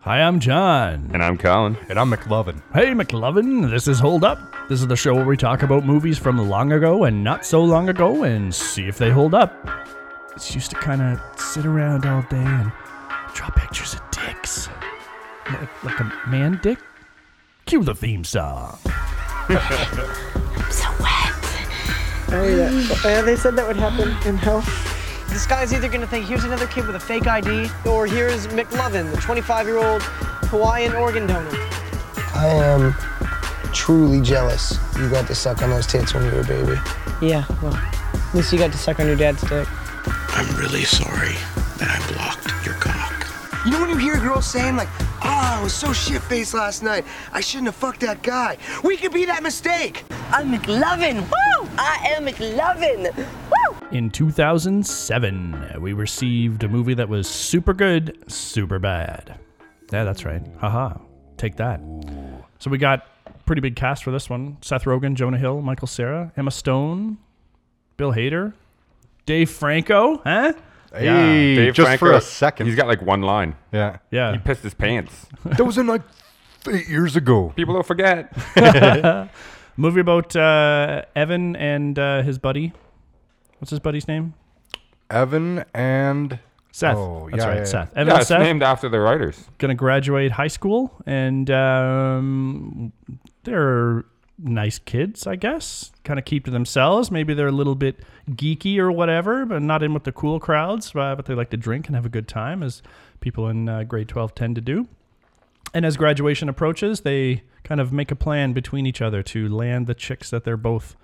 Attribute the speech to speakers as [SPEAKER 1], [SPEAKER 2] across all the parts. [SPEAKER 1] Hi, I'm John.
[SPEAKER 2] And I'm Colin.
[SPEAKER 3] And I'm McLovin.
[SPEAKER 1] Hey, McLovin, this is Hold Up. This is the show where we talk about movies from long ago and not so long ago and see if they hold up. It's used to kind of sit around all day and draw pictures of dicks. Like, like a man dick? Cue the theme song.
[SPEAKER 4] so wet.
[SPEAKER 5] Hey, that, uh, they said that would happen in hell.
[SPEAKER 6] This guy's either gonna think here's another kid with a fake ID, or here's McLovin, the 25 year old Hawaiian organ donor.
[SPEAKER 7] I am truly jealous. You got to suck on those tits when you were a baby.
[SPEAKER 6] Yeah, well, at least you got to suck on your dad's dick.
[SPEAKER 8] I'm really sorry that I blocked your cock.
[SPEAKER 7] You know when you hear girls saying like, "Oh, I was so shit faced last night. I shouldn't have fucked that guy." We could be that mistake.
[SPEAKER 9] I'm McLovin. Woo! I am McLovin. Woo!
[SPEAKER 1] In 2007, we received a movie that was super good, super bad. Yeah, that's right. Haha. Take that. So we got pretty big cast for this one. Seth Rogen, Jonah Hill, Michael Sarah, Emma Stone, Bill Hader, Dave Franco, huh?
[SPEAKER 3] Hey,
[SPEAKER 2] Dave
[SPEAKER 3] just
[SPEAKER 2] Franco,
[SPEAKER 3] for a second.
[SPEAKER 2] He's got like one line.
[SPEAKER 3] yeah.
[SPEAKER 1] Yeah.
[SPEAKER 2] He pissed his pants.
[SPEAKER 3] That was in like eight years ago.
[SPEAKER 2] People don't forget.
[SPEAKER 1] Movie about uh, Evan and uh, his buddy. What's his buddy's name?
[SPEAKER 3] Evan and
[SPEAKER 1] Seth.
[SPEAKER 3] Oh,
[SPEAKER 1] That's
[SPEAKER 3] yeah,
[SPEAKER 1] right,
[SPEAKER 3] yeah,
[SPEAKER 1] Seth. Evan
[SPEAKER 2] yeah,
[SPEAKER 1] and
[SPEAKER 2] it's
[SPEAKER 1] Seth
[SPEAKER 2] named after the writers.
[SPEAKER 1] gonna graduate high school, and um, they're nice kids, I guess. Kind of keep to themselves. Maybe they're a little bit geeky or whatever, but not in with the cool crowds. Uh, but they like to drink and have a good time, as people in uh, grade twelve tend to do. And as graduation approaches, they kind of make a plan between each other to land the chicks that they're both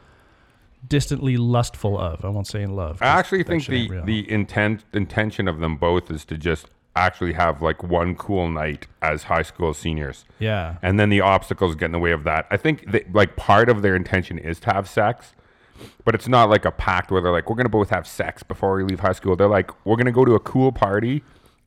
[SPEAKER 1] distantly lustful of. I won't say in love. 'cause
[SPEAKER 2] I actually
[SPEAKER 1] that
[SPEAKER 2] think
[SPEAKER 1] shit ain't
[SPEAKER 2] the,
[SPEAKER 1] real.
[SPEAKER 2] the intent intention of them both is to just actually have like one cool night as high school seniors.
[SPEAKER 1] yeah.
[SPEAKER 2] And then the obstacles get in the way of that. I think that like part of their intention is to have sex, but it's not like a pact where they're like, we're gonna both have sex before we leave high school. They're like, we're gonna go to a cool party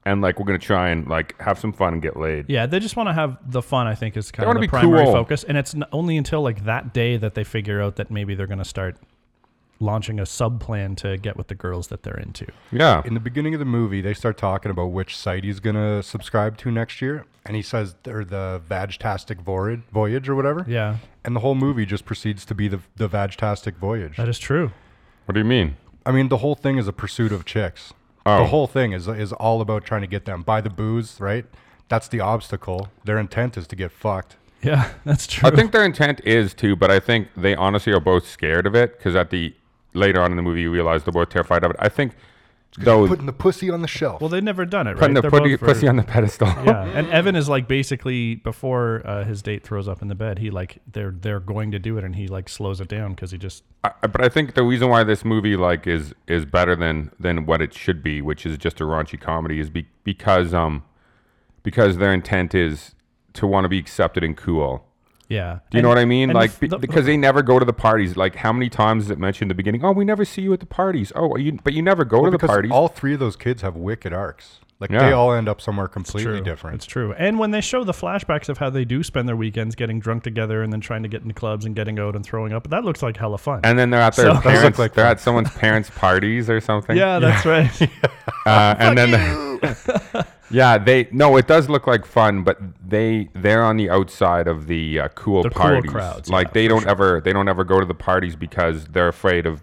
[SPEAKER 2] and like we're gonna try and like have some fun and get laid.
[SPEAKER 1] Yeah, they just want to have the fun. I think is kind of
[SPEAKER 2] wanna
[SPEAKER 1] the
[SPEAKER 2] be
[SPEAKER 1] primary
[SPEAKER 2] cool.
[SPEAKER 1] focus, and it's n- only until like that day that they figure out that maybe they're going to start launching a sub plan to get with the girls that they're into.
[SPEAKER 2] Yeah.
[SPEAKER 3] in the beginning of the movie, they start talking about which site he's gonna subscribe to next year, and he says they're the Vagtastic Voyage, Voyage or whatever.
[SPEAKER 1] Yeah,
[SPEAKER 3] And the whole movie just proceeds to be the the Vagtastic Voyage.
[SPEAKER 1] that is true.
[SPEAKER 2] What do you mean?
[SPEAKER 3] I mean, the whole thing is a pursuit of chicks.
[SPEAKER 2] Oh.
[SPEAKER 3] The whole thing is is all about trying to get them by the booze, right? That's the obstacle. Their intent is to get fucked.
[SPEAKER 1] Yeah, that's true.
[SPEAKER 2] I think their intent is to, but I think they honestly are both scared of it because at the later on in the movie, you realize they're both terrified of it. I think though
[SPEAKER 3] Putting the pussy on the shelf.
[SPEAKER 1] well, they've never done it, right?
[SPEAKER 2] putting the
[SPEAKER 1] They're
[SPEAKER 2] putty,
[SPEAKER 1] both
[SPEAKER 2] pussy
[SPEAKER 1] for-
[SPEAKER 2] on the pedestal.
[SPEAKER 1] yeah, and Evan is like basically before uh, his date throws up in the bed, he like they're they're going to do it, and he like slows it down because he just
[SPEAKER 2] I, I- but I think the reason why this movie like is is better than than what it should be, which is just a raunchy comedy, is be, because um because their intent is to want to be accepted and cool.
[SPEAKER 1] yeah.
[SPEAKER 2] Do you know what I mean? Like be,
[SPEAKER 1] because.
[SPEAKER 2] because they never go to the parties. Like how many times is it mentioned in the beginning? Oh, we never see you at the parties. Oh, you but you never go to the
[SPEAKER 3] because
[SPEAKER 2] parties.
[SPEAKER 3] all three of those kids have wicked arcs. Like
[SPEAKER 2] Yeah.
[SPEAKER 3] they all end up somewhere completely
[SPEAKER 1] true.
[SPEAKER 3] different.
[SPEAKER 1] It's true. And when they show the flashbacks of how they do spend their weekends getting drunk together and then trying to get into clubs and getting out and throwing up, that looks like hella fun.
[SPEAKER 2] and then they're at their
[SPEAKER 1] So- Doesn't
[SPEAKER 3] look
[SPEAKER 2] parents.
[SPEAKER 3] like
[SPEAKER 2] they're
[SPEAKER 3] fun.
[SPEAKER 2] at someone's parents' parties or something.
[SPEAKER 1] yeah, that's right.
[SPEAKER 2] uh, and then they- yeah they no it does look like fun but they they're on the outside of the uh, cool
[SPEAKER 1] The cool
[SPEAKER 2] parties
[SPEAKER 1] crowds,
[SPEAKER 2] like
[SPEAKER 1] yeah,
[SPEAKER 2] they don't ever they don't ever go to the parties because they're afraid of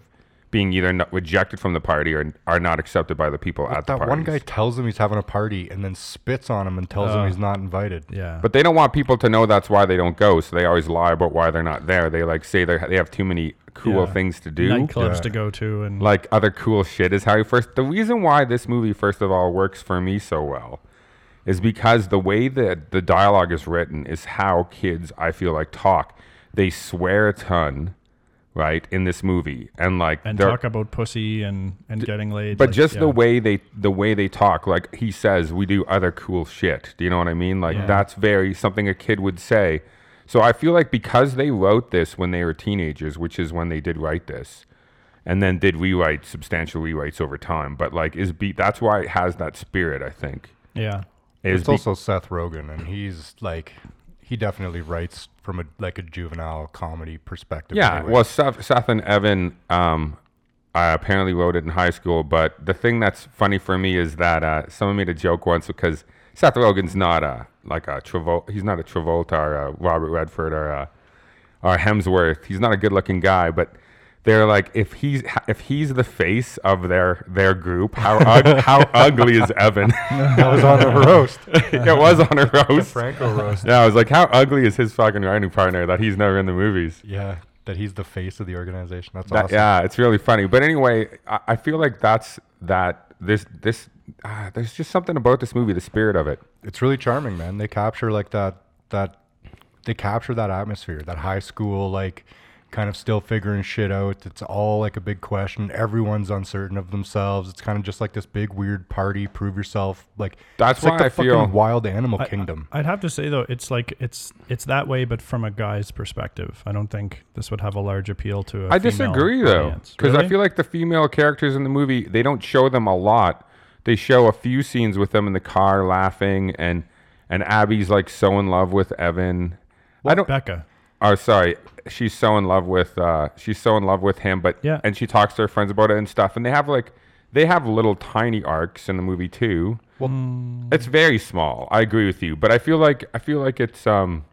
[SPEAKER 2] being either not rejected from the party or are not accepted by the people at the
[SPEAKER 3] That
[SPEAKER 2] party
[SPEAKER 3] one guy tells him he's having a party and then spits on him and tells him he's not invited.
[SPEAKER 1] yeah.
[SPEAKER 2] but they don't want people to know that's why they don't go so they always lie about why they're not there they like say they they have too many cool
[SPEAKER 1] Yeah.
[SPEAKER 2] things to do
[SPEAKER 1] nightclubs to go to and
[SPEAKER 2] like other cool shit is how he first the reason why this movie first of all works for me so well is because the way that the dialogue is written is how kids i feel like talk they swear a ton right in this movie and like
[SPEAKER 1] and
[SPEAKER 2] they're-
[SPEAKER 1] talk about pussy and and getting laid.
[SPEAKER 2] but
[SPEAKER 1] like,
[SPEAKER 2] just the
[SPEAKER 1] yeah.
[SPEAKER 2] way they the way they talk like he says we do other cool shit do you know what i mean like that's very something a kid would say so i feel like because they wrote this when they were teenagers which is when they did write this and then did rewrite substantial rewrites over time but like is be that's why it has that spirit i think
[SPEAKER 1] yeah.
[SPEAKER 2] is
[SPEAKER 3] It's
[SPEAKER 2] be-
[SPEAKER 3] also Seth Rogen, and he's like, he definitely writes from a like a juvenile comedy perspective.
[SPEAKER 2] Yeah,
[SPEAKER 3] anyway.
[SPEAKER 2] well, Seth, Seth and Evan um, I apparently wrote it in high school, but the thing that's funny for me is that uh, someone made a joke once because Seth Rogen's not a like a Travolta. He's not a Travolta or a Robert Redford or a or Hemsworth. He's not a good-looking guy, but they're like if he's if he's the face of their their group, how ug- how ugly is Evan?
[SPEAKER 3] That was on a roast.
[SPEAKER 2] it was on a roast.
[SPEAKER 3] Franco roast.
[SPEAKER 2] Yeah, I was like, how ugly is his fucking writing partner that he's never in the movies?
[SPEAKER 3] Yeah, that he's the face of the organization. That's
[SPEAKER 2] That-
[SPEAKER 3] awesome.
[SPEAKER 2] Yeah, it's really funny. But anyway, I, I feel like that's that. This this ah, there's just something about this movie, the spirit of it.
[SPEAKER 3] It's really charming, man. They capture like that that they capture that atmosphere, that high school like kind of still figuring shit out. It's all like a big question. Everyone's uncertain of themselves. It's kind of just like this big weird party, prove yourself. Like
[SPEAKER 2] That's
[SPEAKER 3] it's like
[SPEAKER 2] why
[SPEAKER 3] the
[SPEAKER 2] I
[SPEAKER 3] fucking
[SPEAKER 2] feel-
[SPEAKER 3] wild animal kingdom.
[SPEAKER 1] I'd have to say though, it's like it's it's that way, but from a guy's perspective. I don't think this would have a large appeal to. a
[SPEAKER 2] I
[SPEAKER 1] female
[SPEAKER 2] disagree though,
[SPEAKER 1] audience.
[SPEAKER 2] because
[SPEAKER 1] Really?
[SPEAKER 2] I feel like the female characters in the movie they don't show them a lot. They show a few scenes with them in the car laughing, and and Abby's like so in love with Evan. I don't.
[SPEAKER 1] Becca.
[SPEAKER 2] Oh, sorry. She's so in love with uh, she's so in love with him, but
[SPEAKER 1] Yeah.
[SPEAKER 2] and she talks to her friends about it and stuff. And they have like they have little tiny arcs in the movie too. Well, it's very small. I agree with you, but I feel like I feel like it's um,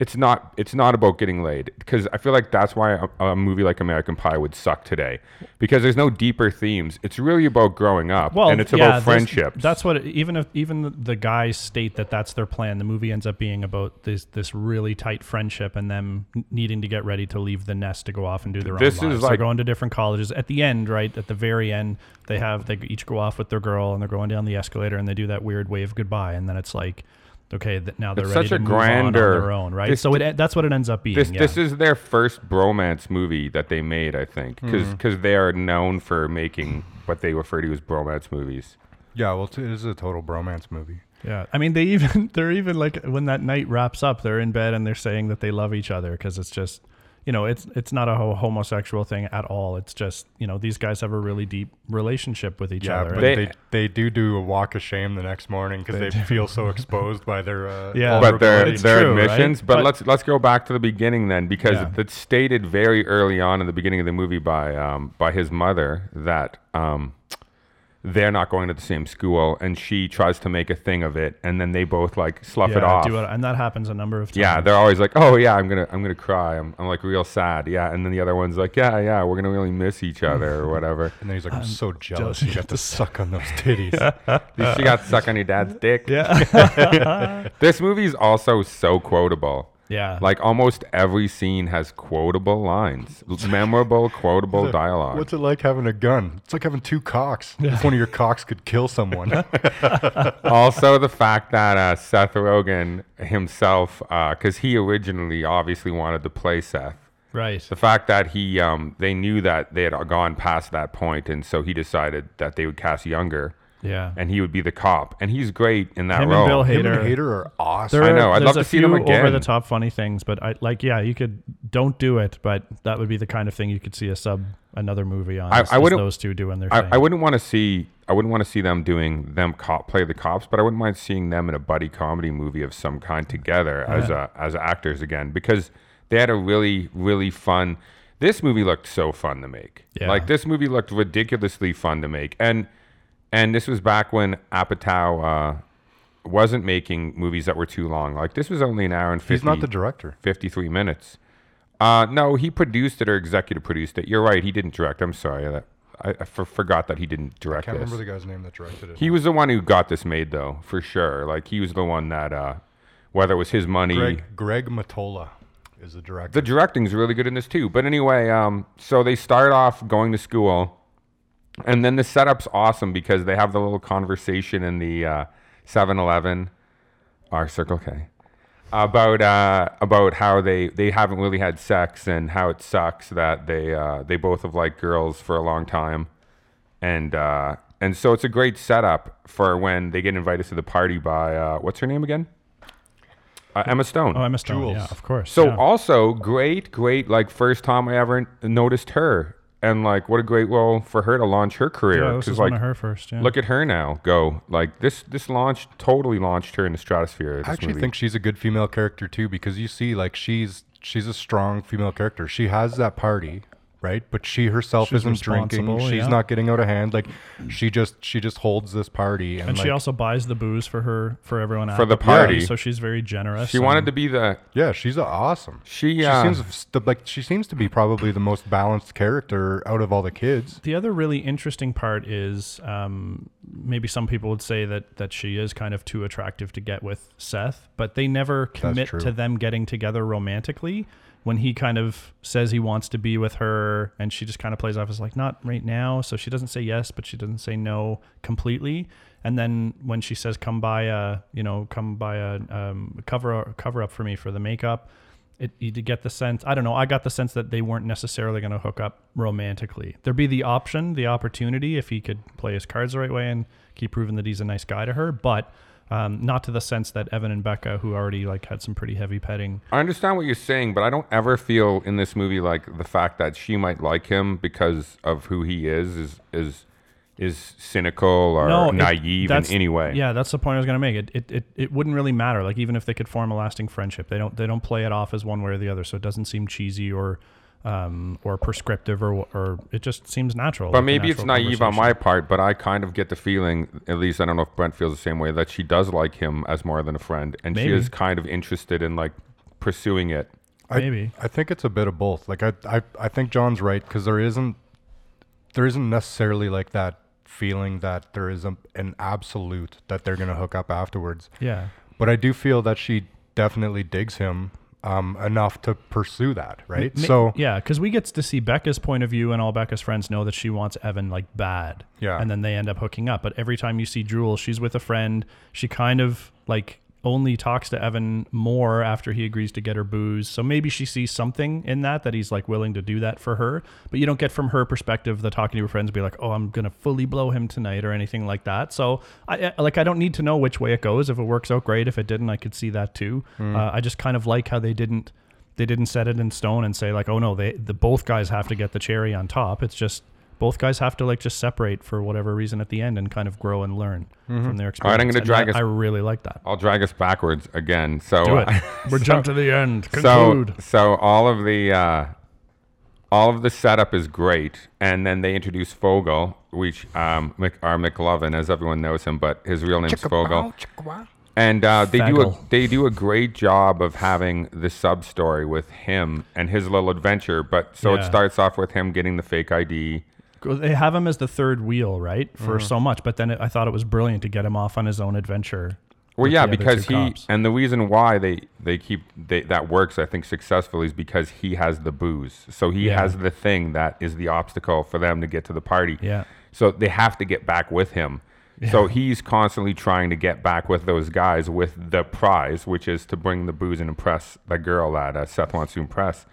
[SPEAKER 2] it's not it's not about getting laid because I feel like that's why a, a movie like American Pie would suck today because there's no deeper themes. It's really about growing up and it's
[SPEAKER 1] yeah,
[SPEAKER 2] about
[SPEAKER 1] there's-
[SPEAKER 2] friendships.
[SPEAKER 1] That's what it, even if even the, the guys state that that's their plan. The movie ends up being about this this really tight friendship and them n- needing to get ready to leave the nest to go off and do their
[SPEAKER 2] This is
[SPEAKER 1] own lives.
[SPEAKER 2] like-
[SPEAKER 1] they're going to different colleges. At the end, right at the very end, they have they each go off with their girl and they're going down the escalator and they do that weird wave goodbye and then it's like. Okay, th- now they're
[SPEAKER 2] It's
[SPEAKER 1] ready
[SPEAKER 2] such
[SPEAKER 1] to
[SPEAKER 2] a
[SPEAKER 1] move on on
[SPEAKER 2] grander-
[SPEAKER 1] their own, right?
[SPEAKER 2] this-
[SPEAKER 1] so it, that's what it ends up being.
[SPEAKER 2] This
[SPEAKER 1] yeah.
[SPEAKER 2] this is their first bromance movie that they made, I think, because
[SPEAKER 1] Mm-hmm.
[SPEAKER 2] they are known for making what they refer to as bromance movies.
[SPEAKER 3] Yeah, well, t- it is a total bromance movie.
[SPEAKER 1] Yeah, I mean, they even they're even like when that night wraps up, they're in bed and they're saying that they love each other because it's just, you know, it's it's not a ho- homosexual thing at all. It's just you know these guys have a really deep relationship with each
[SPEAKER 3] Yeah,
[SPEAKER 1] other.
[SPEAKER 3] but
[SPEAKER 1] and-
[SPEAKER 3] they,
[SPEAKER 2] They-
[SPEAKER 3] they do do a walk of shame the next morning because they, feel so exposed by their uh,
[SPEAKER 1] Yeah.
[SPEAKER 2] But their
[SPEAKER 3] vulnerability.
[SPEAKER 1] It's
[SPEAKER 2] their
[SPEAKER 1] true, right?
[SPEAKER 2] admissions. But,
[SPEAKER 1] But-
[SPEAKER 2] let's let's go back to the beginning then, because
[SPEAKER 1] Yeah.
[SPEAKER 2] it's stated very early on in the beginning of the movie by um, by his mother that um, they're not going to the same school, and she tries to make a thing of it, and then they both like slough
[SPEAKER 1] yeah,
[SPEAKER 2] it off.
[SPEAKER 1] do it, and that happens a number of times.
[SPEAKER 2] Yeah, they're always like, "Oh yeah, I'm gonna, I'm gonna cry. I'm, I'm like real sad." Yeah, and then the other one's like, "Yeah, yeah, we're gonna really miss each other or whatever."
[SPEAKER 3] and then he's like, I'm, so jealous.
[SPEAKER 1] jealous
[SPEAKER 3] You
[SPEAKER 1] you
[SPEAKER 3] got to suck on those titties.
[SPEAKER 2] At least she got suck on your dad's dick. Yeah. this movie's also so quotable.
[SPEAKER 1] yeah,
[SPEAKER 2] Like almost every scene has quotable lines, memorable quotable dialogue.
[SPEAKER 3] What's it like having a gun? It's like having two cocks. If one of your cocks could kill someone.
[SPEAKER 2] also the fact that uh, Seth Rogen himself, because he originally obviously wanted to play Seth.
[SPEAKER 1] right.
[SPEAKER 2] The fact that he, um, they knew that they had gone past that point, and so he decided that they would cast younger,
[SPEAKER 1] Yeah,
[SPEAKER 2] and he would be the cop, and he's great in that
[SPEAKER 1] him
[SPEAKER 2] role.
[SPEAKER 1] and Bill
[SPEAKER 3] Him
[SPEAKER 1] Hader.
[SPEAKER 3] and Hater are awesome.
[SPEAKER 1] There
[SPEAKER 2] I
[SPEAKER 1] are-
[SPEAKER 2] know, I'd
[SPEAKER 1] there's
[SPEAKER 2] love
[SPEAKER 1] a
[SPEAKER 2] to see them
[SPEAKER 1] few
[SPEAKER 2] again.
[SPEAKER 1] Over the top funny things, but I like. Yeah, you could don't do it, but that would be the kind of thing you could see a sub another movie on.
[SPEAKER 2] I-
[SPEAKER 1] is-
[SPEAKER 2] I
[SPEAKER 1] is
[SPEAKER 2] wouldn't-
[SPEAKER 1] those two doing their
[SPEAKER 2] I,
[SPEAKER 1] thing.
[SPEAKER 2] I wouldn't want to see I wouldn't want to see them doing them cop play the cops, but I wouldn't mind seeing them in a buddy comedy movie of some kind together as uh as actors again because they had a really really fun. This movie looked so fun to make.
[SPEAKER 1] Yeah.
[SPEAKER 2] Like this movie looked ridiculously fun to make, and and this was back when Apatow uh, wasn't making movies that were too long. Like this was only an hour and fifty.
[SPEAKER 3] He's not the director.
[SPEAKER 2] 53 minutes. Uh, no, he produced it or executive produced it. You're right. He didn't direct. I'm sorry. That, I, I for- forgot that he didn't direct
[SPEAKER 3] Can't
[SPEAKER 2] this.
[SPEAKER 3] remember the guy's name that directed it.
[SPEAKER 2] he was the one who got this made, though, for sure. Like, he was the one that, uh, whether it was his money.
[SPEAKER 3] Greg Greg Matola is the director.
[SPEAKER 2] The directing's really good in this, too. But anyway, um, so they start off going to school. And then the setup's awesome because they have the little conversation in the 7 Eleven or Circle K. about uh, about how they, they haven't really had sex and how it sucks that they uh, they both have liked girls for a long time, and uh, and so it's a great setup for when they get invited to the party by uh, what's her name again? Uh, Emma Stone.
[SPEAKER 1] Oh, Emma Stone.
[SPEAKER 3] Jules.
[SPEAKER 1] Yeah, of course.
[SPEAKER 2] So
[SPEAKER 1] yeah.
[SPEAKER 2] also great, great like first time I ever noticed her, and like what a great role for her to launch her career.
[SPEAKER 1] yeah, this
[SPEAKER 2] 'cause,
[SPEAKER 1] is
[SPEAKER 2] like
[SPEAKER 1] one of her first. Yeah.
[SPEAKER 2] look at her now go like this. This launch totally launched her in the stratosphere. This
[SPEAKER 3] I actually
[SPEAKER 2] movie.
[SPEAKER 3] think she's a good female character too because you see like she's she's a strong female character. She has that party right? But she herself
[SPEAKER 1] She's
[SPEAKER 3] isn't drinking.
[SPEAKER 1] responsible,
[SPEAKER 3] She's
[SPEAKER 1] yeah.
[SPEAKER 3] not getting out of hand. Like she just she just holds this party and,
[SPEAKER 1] And
[SPEAKER 3] like,
[SPEAKER 1] she also buys the booze for her for everyone at
[SPEAKER 2] For the party.
[SPEAKER 1] so she's very generous.
[SPEAKER 2] She wanted to be the
[SPEAKER 3] yeah, she's awesome.
[SPEAKER 2] She,
[SPEAKER 3] she
[SPEAKER 2] uh,
[SPEAKER 3] seems st- like she seems to be probably the most balanced character out of all the kids.
[SPEAKER 1] The other really interesting part is um, maybe some people would say that that she is kind of too attractive to get with Seth, but they never commit
[SPEAKER 3] true.
[SPEAKER 1] to them getting together romantically. When he kind of says he wants to be with her, and she just kind of plays off as like not right now, so she doesn't say yes, but she doesn't say no completely. And then when she says come buy a you know come buy a um, cover cover up for me for the makeup, it, you did get the sense i don't know i got the sense that they weren't necessarily going to hook up romantically there'd be the option the opportunity if he could play his cards the right way and keep proving that he's a nice guy to her but um, not to the sense that evan and becca who already like had some pretty heavy petting
[SPEAKER 2] I understand what you're saying, but I don't ever feel in this movie like the fact that she might like him because of who he is is is is cynical or
[SPEAKER 1] it-
[SPEAKER 2] naive in
[SPEAKER 1] that's-
[SPEAKER 2] any way.
[SPEAKER 1] Yeah, that's the point I was going to make. It, it it it wouldn't really matter. Like even if they could form a lasting friendship, they don't they don't play it off as one way or the other. So it doesn't seem cheesy or um or prescriptive or or it just seems natural.
[SPEAKER 2] But
[SPEAKER 1] like a
[SPEAKER 2] maybe it's
[SPEAKER 1] natural
[SPEAKER 2] naive on
[SPEAKER 1] conversation.
[SPEAKER 2] my part, but I kind of get the feeling, at least I don't know if Brent feels the same way, that she does like him as more than a friend and she
[SPEAKER 1] Maybe.
[SPEAKER 2] is kind of interested in like pursuing it.
[SPEAKER 1] maybe.
[SPEAKER 3] I think it's a bit of both. Like I, I, I think John's right because there isn't, there isn't necessarily like that feeling that there is a, an absolute that they're gonna hook up afterwards.
[SPEAKER 1] Yeah.
[SPEAKER 3] But I do feel that she definitely digs him um, enough to pursue that. Right.
[SPEAKER 1] Ma-
[SPEAKER 3] so
[SPEAKER 1] yeah, because we get to see Becca's point of view, and all Becca's friends know that she wants Evan like bad.
[SPEAKER 3] Yeah.
[SPEAKER 1] and then they end up hooking up. But every time you see Jewel, she's with a friend. She kind of like only talks to Evan more after he agrees to get her booze. So maybe she sees something in that that he's like willing to do that for her. But you don't get from her perspective the talking to her friends be like, oh, I'm gonna fully blow him tonight or anything like that. So I I- like I don't need to know which way it goes. If it works out, great. If it didn't, I could see that too. Uh, I just kind of like how they didn't they didn't set it in stone and say like oh no they the both guys have to get the cherry on top it's just both guys have to like just separate for whatever reason at the end and kind of grow and learn from their experience
[SPEAKER 2] Mm-hmm. right, I'm gonna
[SPEAKER 1] And
[SPEAKER 2] drag
[SPEAKER 1] that-
[SPEAKER 2] us- Oh,
[SPEAKER 1] i really like that
[SPEAKER 2] I'll drag us backwards again. So
[SPEAKER 1] do it we're jumped to the end
[SPEAKER 2] so
[SPEAKER 1] conclude
[SPEAKER 2] so all of the uh, all of the setup is great, and then they introduce Fogel, which um, Mc, are McLovin, as everyone knows him, but his real name's Fogel. And uh, they do a
[SPEAKER 1] Fagel.
[SPEAKER 2] they do a great job of having the sub story with him and his little adventure. But so it
[SPEAKER 1] Yeah.
[SPEAKER 2] starts off with him getting the fake ID.
[SPEAKER 1] they have him as the third wheel right for
[SPEAKER 2] Mm-hmm.
[SPEAKER 1] so much but then it, i thought it was brilliant to get him off on his own adventure
[SPEAKER 2] Well,
[SPEAKER 1] with
[SPEAKER 2] yeah,
[SPEAKER 1] the other
[SPEAKER 2] because
[SPEAKER 1] two
[SPEAKER 2] he
[SPEAKER 1] cops.
[SPEAKER 2] and the reason why they they keep they, that works, I think, successfully is because he has the booze. So he
[SPEAKER 1] Yeah.
[SPEAKER 2] has the thing that is the obstacle for them to get to the party.
[SPEAKER 1] Yeah.
[SPEAKER 2] So they have to get back with him. So he's constantly trying to get back with those guys with the prize, which is to bring the booze and impress the girl that uh, Seth wants to impress.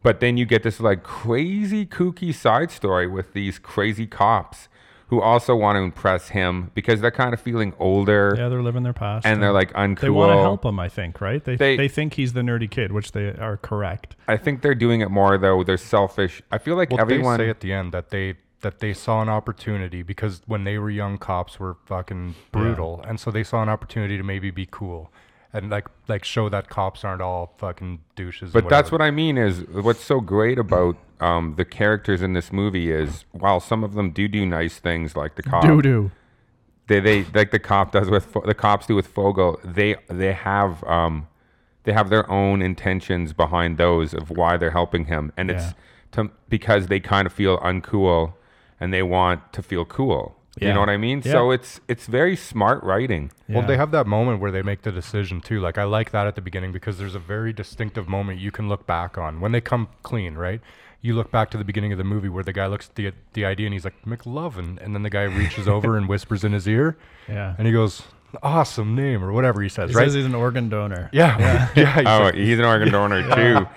[SPEAKER 2] But then you get this like crazy kooky side story with these crazy cops who also want to impress him because they're kind of feeling older
[SPEAKER 1] yeah they're living their past
[SPEAKER 2] and they're like uncool.
[SPEAKER 1] they want to help him i think right they,
[SPEAKER 2] They-
[SPEAKER 1] they think he's the nerdy kid which they are correct
[SPEAKER 2] I think they're doing it more though. They're selfish. I feel like
[SPEAKER 3] well,
[SPEAKER 2] everyone.
[SPEAKER 3] they say at the end that they that they saw an opportunity because when they were young, cops were fucking brutal, and so they saw an opportunity to maybe be cool. And like, like show that cops aren't all fucking douches.
[SPEAKER 2] but that's what I mean is what's so great about um, the characters in this movie is while some of them do do nice things like the cop,
[SPEAKER 1] doo doo
[SPEAKER 2] they they like the cop does with Fo- the cops do with Fogel. They they have um, they have their own intentions behind those of why they're helping him, and
[SPEAKER 1] Yeah.
[SPEAKER 2] it's to, because they kind of feel uncool and they want to feel cool. You
[SPEAKER 1] Yeah.
[SPEAKER 2] know what I mean?
[SPEAKER 1] Yeah.
[SPEAKER 2] So it's it's very smart writing.
[SPEAKER 3] Well, they
[SPEAKER 1] Yeah.
[SPEAKER 3] have that moment where they make the decision too. Like I like that at the beginning because there's a very distinctive moment you can look back on when they come clean, right? You look back to the beginning of the movie where the guy looks at the the idea and he's like McLovin, and then the guy reaches over and whispers in his ear,
[SPEAKER 1] yeah
[SPEAKER 3] and he goes, "Awesome name" or whatever he says,
[SPEAKER 1] he
[SPEAKER 3] right?
[SPEAKER 1] says he's an organ donor
[SPEAKER 3] yeah, yeah. he
[SPEAKER 2] Oh,
[SPEAKER 3] says-
[SPEAKER 2] he's an organ donor too.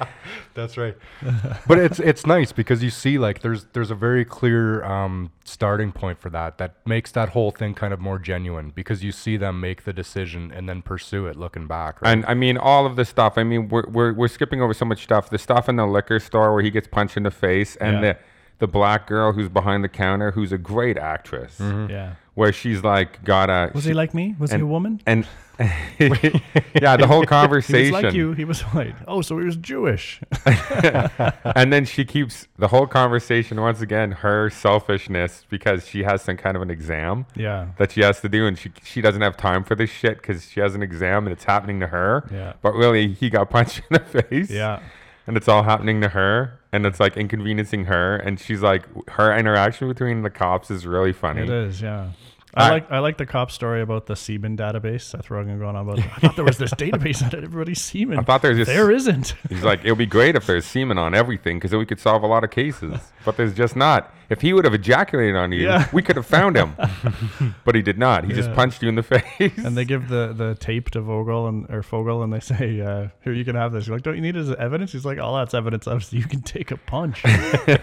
[SPEAKER 3] That's right. but it's it's nice because you see like there's there's a very clear um, starting point for that that makes that whole thing kind of more genuine because you see them make the decision and then pursue it looking back. Right?
[SPEAKER 2] And I mean, all of the stuff. I mean, we're, we're, we're skipping over so much stuff. The stuff in the liquor store where he gets punched in the face, and
[SPEAKER 1] Yeah.
[SPEAKER 2] the the black girl who's behind the counter, who's a great actress,
[SPEAKER 1] yeah
[SPEAKER 2] where she's like got a.
[SPEAKER 1] Was he like me? Was he a woman?
[SPEAKER 2] And yeah, the whole
[SPEAKER 1] He
[SPEAKER 2] conversation.
[SPEAKER 1] was like you. He was white. Oh, so he was Jewish.
[SPEAKER 2] and then she keeps the whole conversation once again her selfishness because she has some kind of an exam
[SPEAKER 1] Yeah.
[SPEAKER 2] that she has to do and she she doesn't have time for this shit because she has an exam and it's happening to her
[SPEAKER 1] Yeah.
[SPEAKER 2] but really he got punched in the face
[SPEAKER 1] Yeah.
[SPEAKER 2] and it's all happening to her and it's like inconveniencing her and she's like her interaction between the cops is really funny
[SPEAKER 1] It is, yeah. I
[SPEAKER 2] I-
[SPEAKER 1] like I like the cop story about the semen database. Seth Rogen going on about. I thought there was this database on everybody's semen.
[SPEAKER 2] I thought there was just-
[SPEAKER 1] there isn't.
[SPEAKER 2] He's like, it would be great if there's semen on everything because we could solve a lot of cases. But there's just not. If he would have ejaculated on you,
[SPEAKER 1] Yeah.
[SPEAKER 2] we could have found him. but he did not. He just
[SPEAKER 1] Yeah.
[SPEAKER 2] punched you in the face.
[SPEAKER 1] And they give the, the tape to Vogel and or Fogel, and they say, uh, "Here, you can have this." You're like, "Don't you need it as evidence?" He's like, "All that's evidence of is you can take a punch."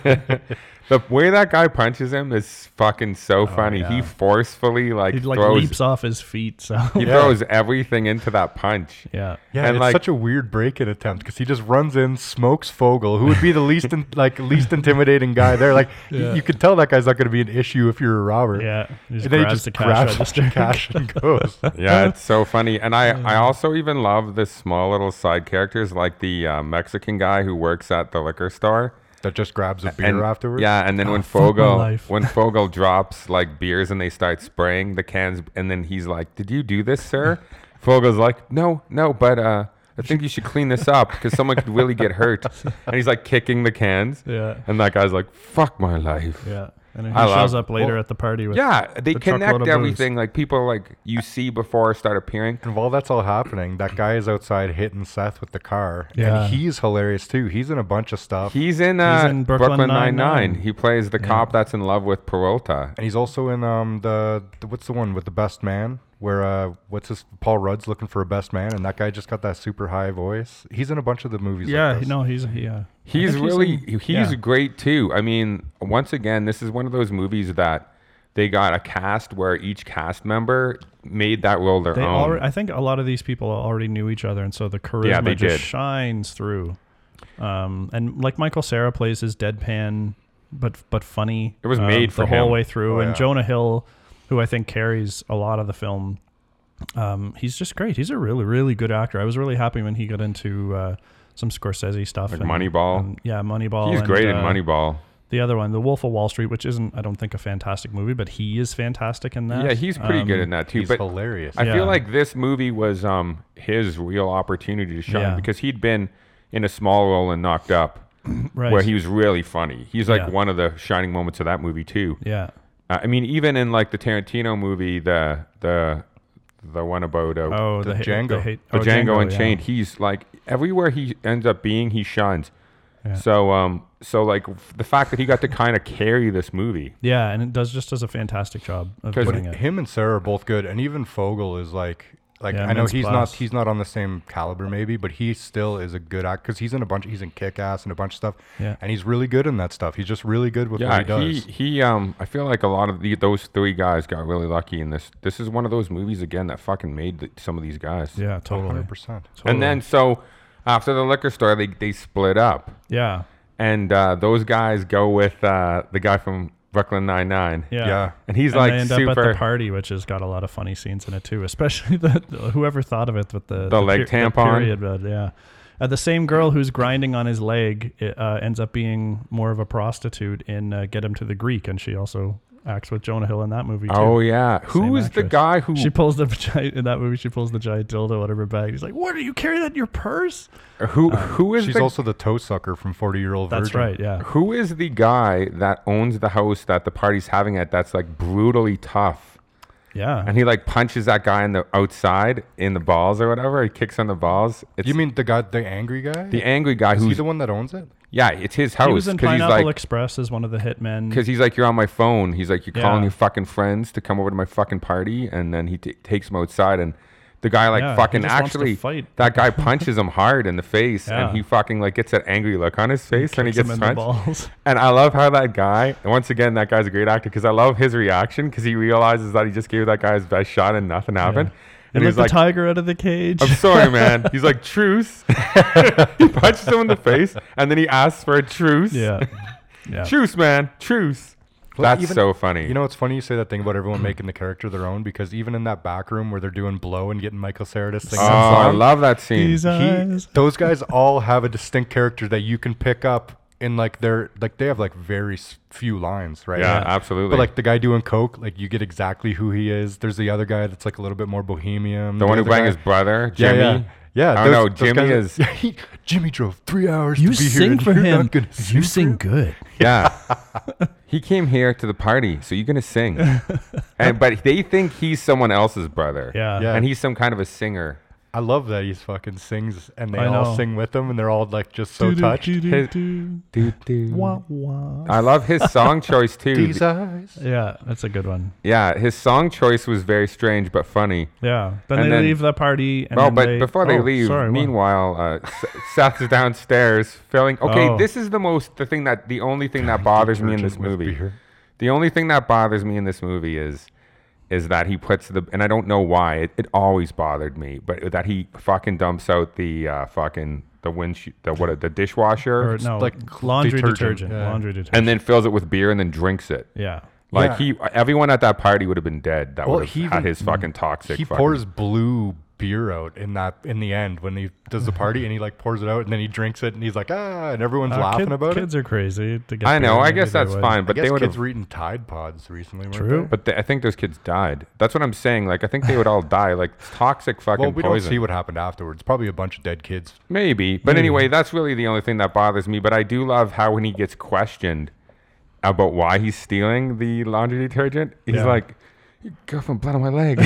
[SPEAKER 2] the way that guy punches him is fucking so funny.
[SPEAKER 1] Oh, yeah.
[SPEAKER 2] He forcefully like,
[SPEAKER 1] he like
[SPEAKER 2] throws
[SPEAKER 1] leaps off his feet. So
[SPEAKER 2] he throws everything into that punch.
[SPEAKER 1] yeah,
[SPEAKER 3] Yeah,
[SPEAKER 2] And,
[SPEAKER 3] it's
[SPEAKER 2] like-
[SPEAKER 3] such a weird break-in attempt because he just runs in, smokes Fogel, who would be the least in, like least intimidating guy there. Like y- you could tell that guy's not going to be an issue if you're a robber.
[SPEAKER 1] yeah. He just
[SPEAKER 3] and then he
[SPEAKER 1] grabs
[SPEAKER 3] just
[SPEAKER 1] the
[SPEAKER 3] grabs
[SPEAKER 1] cash register.
[SPEAKER 3] the cash and goes.
[SPEAKER 2] Yeah, it's so funny. And I, I also even love the small little side characters like the uh, Mexican guy who works at the liquor store.
[SPEAKER 3] that just grabs a beer
[SPEAKER 2] and,
[SPEAKER 3] afterwards.
[SPEAKER 2] Yeah, and then when
[SPEAKER 1] fuck my
[SPEAKER 2] Fogel
[SPEAKER 1] life.
[SPEAKER 2] when Fogel drops like beers and they start spraying the cans, and then he's like, "Did you do this, sir?" Fogel's like, "No, no, but uh, I think you should clean this up because someone could really get hurt." And he's like kicking the cans.
[SPEAKER 1] Yeah.
[SPEAKER 2] And that guy's like, "Fuck my life."
[SPEAKER 1] Yeah, and then he
[SPEAKER 2] I
[SPEAKER 1] shows
[SPEAKER 2] love-
[SPEAKER 1] up later
[SPEAKER 2] well,
[SPEAKER 1] at the party with
[SPEAKER 2] Yeah, they
[SPEAKER 1] The truckload of
[SPEAKER 2] connect
[SPEAKER 1] booze.
[SPEAKER 2] everything. Like people like you see before start appearing.
[SPEAKER 3] And while that's all happening, that guy is outside hitting Seth with the car.
[SPEAKER 1] Yeah.
[SPEAKER 3] And he's hilarious too. He's in a bunch of stuff.
[SPEAKER 2] He's in, uh,
[SPEAKER 1] He's in Brooklyn
[SPEAKER 2] Brooklyn, Nine Nine.
[SPEAKER 1] Nine-Nine.
[SPEAKER 2] He plays the cop that's in love with Peralta.
[SPEAKER 3] and he's also in um the, the what's the one with the best man where uh what's his Paul Rudd's looking for a best man and that guy just got that super high voice. He's in a bunch of the movies. like
[SPEAKER 1] yeah.
[SPEAKER 3] this.
[SPEAKER 1] No, he's yeah. I
[SPEAKER 2] He's
[SPEAKER 1] think
[SPEAKER 2] really
[SPEAKER 1] in-
[SPEAKER 2] he's
[SPEAKER 1] yeah.
[SPEAKER 2] great too. I mean, once again, this is one of those movies that they got a cast where each cast member made that role their
[SPEAKER 1] They
[SPEAKER 2] own.
[SPEAKER 1] alre I think a lot of these people already knew each other, and so the charisma
[SPEAKER 2] Yeah, they
[SPEAKER 1] just
[SPEAKER 2] did.
[SPEAKER 1] shines through. Um, and like Michael Sarah plays his deadpan, but but funny.
[SPEAKER 2] It was
[SPEAKER 1] um,
[SPEAKER 2] made
[SPEAKER 1] the
[SPEAKER 2] for
[SPEAKER 1] whole
[SPEAKER 2] him.
[SPEAKER 1] way through.
[SPEAKER 3] Oh,
[SPEAKER 1] and
[SPEAKER 3] yeah.
[SPEAKER 1] Jonah Hill, who I think carries a lot of the film, um, he's just great. He's a really really good actor. I was really happy when he got into uh, some Scorsese stuff,
[SPEAKER 2] Like
[SPEAKER 1] and-
[SPEAKER 2] Moneyball.
[SPEAKER 1] and- yeah, um, Moneyball.
[SPEAKER 2] he's
[SPEAKER 1] and,
[SPEAKER 2] great in
[SPEAKER 1] uh,
[SPEAKER 2] Moneyball.
[SPEAKER 1] The other one, The Wolf of Wall Street, which isn't I don't think a fantastic movie, but he is fantastic in that.
[SPEAKER 2] Yeah, he's pretty good in that too.
[SPEAKER 3] He's
[SPEAKER 2] but
[SPEAKER 3] hilarious.
[SPEAKER 2] I
[SPEAKER 1] Yeah.
[SPEAKER 2] feel like this movie was um, his real opportunity to shine
[SPEAKER 1] Yeah.
[SPEAKER 2] because he'd been in a small role and knocked up,
[SPEAKER 1] Right.
[SPEAKER 2] where he was really funny. He's like
[SPEAKER 1] Yeah.
[SPEAKER 2] one of the shining moments of that movie too.
[SPEAKER 1] Yeah.
[SPEAKER 2] Uh, I mean, even in like the Tarantino movie, the the the one about uh,
[SPEAKER 1] Oh,
[SPEAKER 3] The
[SPEAKER 1] the, hate-
[SPEAKER 3] Django.
[SPEAKER 1] the, hate-
[SPEAKER 2] the
[SPEAKER 1] oh,
[SPEAKER 2] Django,
[SPEAKER 1] yeah.
[SPEAKER 2] Unchained. He's like everywhere he ends up being, he shines. So um, so like f- the fact that he got to kind of carry this movie.
[SPEAKER 1] Yeah, and it does just does a fantastic job of
[SPEAKER 2] 'Cause
[SPEAKER 1] doing
[SPEAKER 3] But
[SPEAKER 1] it.
[SPEAKER 3] him and Sarah are both good, and even Fogel is like, like
[SPEAKER 1] Yeah,
[SPEAKER 3] I know
[SPEAKER 1] immense
[SPEAKER 3] he's
[SPEAKER 1] class.
[SPEAKER 3] not he's not on the same caliber maybe, but he still is a good actor because he's in a bunch he's in Kick Ass and a bunch of stuff,
[SPEAKER 1] Yeah.
[SPEAKER 3] and he's really good in that stuff. He's just really good with what he
[SPEAKER 2] Yeah, Uh, he,
[SPEAKER 3] does.
[SPEAKER 2] he um, I feel like a lot of the, those three guys got really lucky in this. This is one of those movies again that fucking made the, some of these guys.
[SPEAKER 1] Yeah, totally.
[SPEAKER 3] Hundred percent.
[SPEAKER 2] And then so after the liquor store, they they split up,
[SPEAKER 1] Yeah,
[SPEAKER 2] and uh, those guys go with uh, the guy from Brooklyn Nine Nine.
[SPEAKER 1] yeah.
[SPEAKER 3] Yeah.
[SPEAKER 2] And he's
[SPEAKER 1] And
[SPEAKER 2] like
[SPEAKER 1] they end
[SPEAKER 2] super
[SPEAKER 1] up at the party, which has got a lot of funny scenes in it too. Especially the, the- whoever thought of it with the
[SPEAKER 2] leg
[SPEAKER 1] per-
[SPEAKER 2] tampon.
[SPEAKER 1] period blood, yeah. Uh, the same girl who's grinding on his leg i- uh, ends up being more of a prostitute in uh, Get Him to the Greek, and she also acts with Jonah Hill in that movie. Too.
[SPEAKER 2] Oh yeah, who
[SPEAKER 1] Same
[SPEAKER 2] is the
[SPEAKER 1] actress.
[SPEAKER 2] guy who
[SPEAKER 1] She pulls the giant in that movie. She pulls the giant dildo out of her bag. He's like, "What are you carrying that in your purse?"
[SPEAKER 2] who
[SPEAKER 1] Uh,
[SPEAKER 2] who is
[SPEAKER 3] She's
[SPEAKER 2] the,
[SPEAKER 3] also the toe sucker from Forty Year Old Virgin.
[SPEAKER 1] That's right. Yeah.
[SPEAKER 2] Who is the guy that owns the house that the party's having at that's like brutally tough?
[SPEAKER 1] Yeah.
[SPEAKER 2] And he like punches that guy in the outside in the balls or whatever. He kicks on the balls. It's
[SPEAKER 3] You mean the guy, the angry guy?
[SPEAKER 2] the angry guy
[SPEAKER 3] is he
[SPEAKER 2] who's
[SPEAKER 3] the one that owns it?
[SPEAKER 2] yeah, it's his house
[SPEAKER 1] He was in
[SPEAKER 2] Oh, he's
[SPEAKER 1] Pineapple
[SPEAKER 2] like
[SPEAKER 1] Express as one of the hitmen.
[SPEAKER 2] because he's like you're on my phone. He's like you're
[SPEAKER 1] Yeah.
[SPEAKER 2] calling your fucking friends to come over to my fucking party, and then he t- takes him outside and. The guy like
[SPEAKER 1] Yeah, he
[SPEAKER 2] fucking
[SPEAKER 1] just wants to
[SPEAKER 2] actually
[SPEAKER 1] fight.
[SPEAKER 2] that guy punches him hard in the face
[SPEAKER 1] Yeah.
[SPEAKER 2] and he fucking like gets that angry look on his face and he
[SPEAKER 1] kicks him
[SPEAKER 2] gets
[SPEAKER 1] in the
[SPEAKER 2] punched.
[SPEAKER 1] balls.
[SPEAKER 2] And I love how that guy, and once again, that guy's a great actor because I love his reaction because he realizes that he just gave that guy his best shot and nothing happened.
[SPEAKER 1] It
[SPEAKER 2] And
[SPEAKER 1] let
[SPEAKER 2] he's
[SPEAKER 1] the
[SPEAKER 2] like,
[SPEAKER 1] tiger out of the cage.
[SPEAKER 2] I'm sorry, man. He's like, truce. he punches him in the face and then he asks for a truce.
[SPEAKER 1] yeah. Yeah.
[SPEAKER 2] Truce, man. Truce.
[SPEAKER 3] Well,
[SPEAKER 2] That's
[SPEAKER 3] even-
[SPEAKER 2] so funny.
[SPEAKER 3] You know, it's funny you say that thing about everyone making the character their own because even in that back room where they're doing blow and getting Michael Cera to sing
[SPEAKER 2] oh,
[SPEAKER 3] that
[SPEAKER 2] I
[SPEAKER 3] song,
[SPEAKER 2] love that scene.
[SPEAKER 3] he, those guys all have a distinct character that you can pick up in like their like they have like very s- few lines, right?
[SPEAKER 2] Yeah, absolutely.
[SPEAKER 3] But like the guy doing coke, like you get exactly who he is. There's the other guy that's like a little bit more bohemian.
[SPEAKER 2] the one who
[SPEAKER 3] other
[SPEAKER 2] banged
[SPEAKER 3] guy-
[SPEAKER 2] his brother,
[SPEAKER 3] Yeah,
[SPEAKER 2] Jimmy.
[SPEAKER 3] yeah. Yeah,
[SPEAKER 2] I don't know.
[SPEAKER 3] those- those
[SPEAKER 2] Jimmy
[SPEAKER 3] guys-
[SPEAKER 2] is.
[SPEAKER 3] Yeah, he, Jimmy drove three hours.
[SPEAKER 1] You
[SPEAKER 3] to be
[SPEAKER 1] sing
[SPEAKER 3] here, and
[SPEAKER 1] for
[SPEAKER 3] you're not
[SPEAKER 1] him.
[SPEAKER 3] gonna
[SPEAKER 1] You
[SPEAKER 3] sing for
[SPEAKER 1] sing
[SPEAKER 3] him?
[SPEAKER 1] good.
[SPEAKER 2] Yeah. he came here to the party, so you're gonna sing. and but they think he's someone else's brother.
[SPEAKER 1] Yeah.
[SPEAKER 3] Yeah.
[SPEAKER 2] And he's some kind of a singer.
[SPEAKER 3] I love that he's fucking sings and they
[SPEAKER 1] I
[SPEAKER 3] all
[SPEAKER 1] know.
[SPEAKER 3] sing with him and they're all like just so touched.
[SPEAKER 2] His-
[SPEAKER 1] Wah, wah.
[SPEAKER 2] I love his song choice too.
[SPEAKER 3] These eyes.
[SPEAKER 1] Yeah, that's a good one.
[SPEAKER 2] Yeah, his song choice was very strange but funny.
[SPEAKER 1] Yeah. Then
[SPEAKER 2] And
[SPEAKER 1] they
[SPEAKER 2] then-
[SPEAKER 1] leave the party. And
[SPEAKER 2] Oh,
[SPEAKER 1] then
[SPEAKER 2] but
[SPEAKER 1] they-
[SPEAKER 2] before they
[SPEAKER 1] Oh,
[SPEAKER 2] leave,
[SPEAKER 1] sorry, what?
[SPEAKER 2] meanwhile, uh, S- Seth is downstairs filling. Okay,
[SPEAKER 1] Oh.
[SPEAKER 2] this is the most the thing that the only thing that bothers me in this
[SPEAKER 3] detergent with
[SPEAKER 2] movie.
[SPEAKER 3] beer.
[SPEAKER 2] The only thing that bothers me in this movie is is that he puts the and I don't know why it, it always bothered me, but that he fucking dumps out the uh, fucking the windshield the what the dishwasher
[SPEAKER 1] Or, no,
[SPEAKER 3] like
[SPEAKER 1] like laundry
[SPEAKER 3] detergent,
[SPEAKER 1] detergent.
[SPEAKER 3] yeah.
[SPEAKER 1] Laundry detergent.
[SPEAKER 2] and then fills it with beer and then drinks it.
[SPEAKER 1] yeah.
[SPEAKER 2] Like
[SPEAKER 3] Yeah.
[SPEAKER 2] he, everyone at that party would have been dead. That
[SPEAKER 3] Well,
[SPEAKER 2] would have
[SPEAKER 3] he
[SPEAKER 2] had
[SPEAKER 3] even-
[SPEAKER 2] his fucking toxic.
[SPEAKER 3] He
[SPEAKER 2] fucking-
[SPEAKER 3] pours blue beer out in that in the end when he does the party and he like pours it out and then he drinks it and he's like ah and everyone's
[SPEAKER 1] Uh,
[SPEAKER 3] laughing
[SPEAKER 1] kid-
[SPEAKER 3] about
[SPEAKER 1] kids
[SPEAKER 3] it.
[SPEAKER 1] are crazy. To get
[SPEAKER 2] I know.
[SPEAKER 1] beer,
[SPEAKER 2] I
[SPEAKER 1] maybe
[SPEAKER 2] guess
[SPEAKER 1] they
[SPEAKER 2] that's
[SPEAKER 1] would.
[SPEAKER 2] fine,
[SPEAKER 3] But
[SPEAKER 2] but
[SPEAKER 3] I guess
[SPEAKER 2] they would
[SPEAKER 3] kids
[SPEAKER 2] have.
[SPEAKER 3] were eating Tide Pods recently. weren't
[SPEAKER 1] True.
[SPEAKER 3] they?
[SPEAKER 2] But they, I think those kids died. That's what I'm saying. Like I think they would all die. Like it's toxic fucking
[SPEAKER 3] well, we don't
[SPEAKER 2] poison.
[SPEAKER 3] see what happened afterwards. Probably a bunch of dead kids.
[SPEAKER 2] Maybe, but anyway, that's really the only thing that bothers me. But I do love how when he gets questioned about why he's stealing the laundry detergent, he's
[SPEAKER 1] Yeah.
[SPEAKER 2] like, "You got from blood on my leg."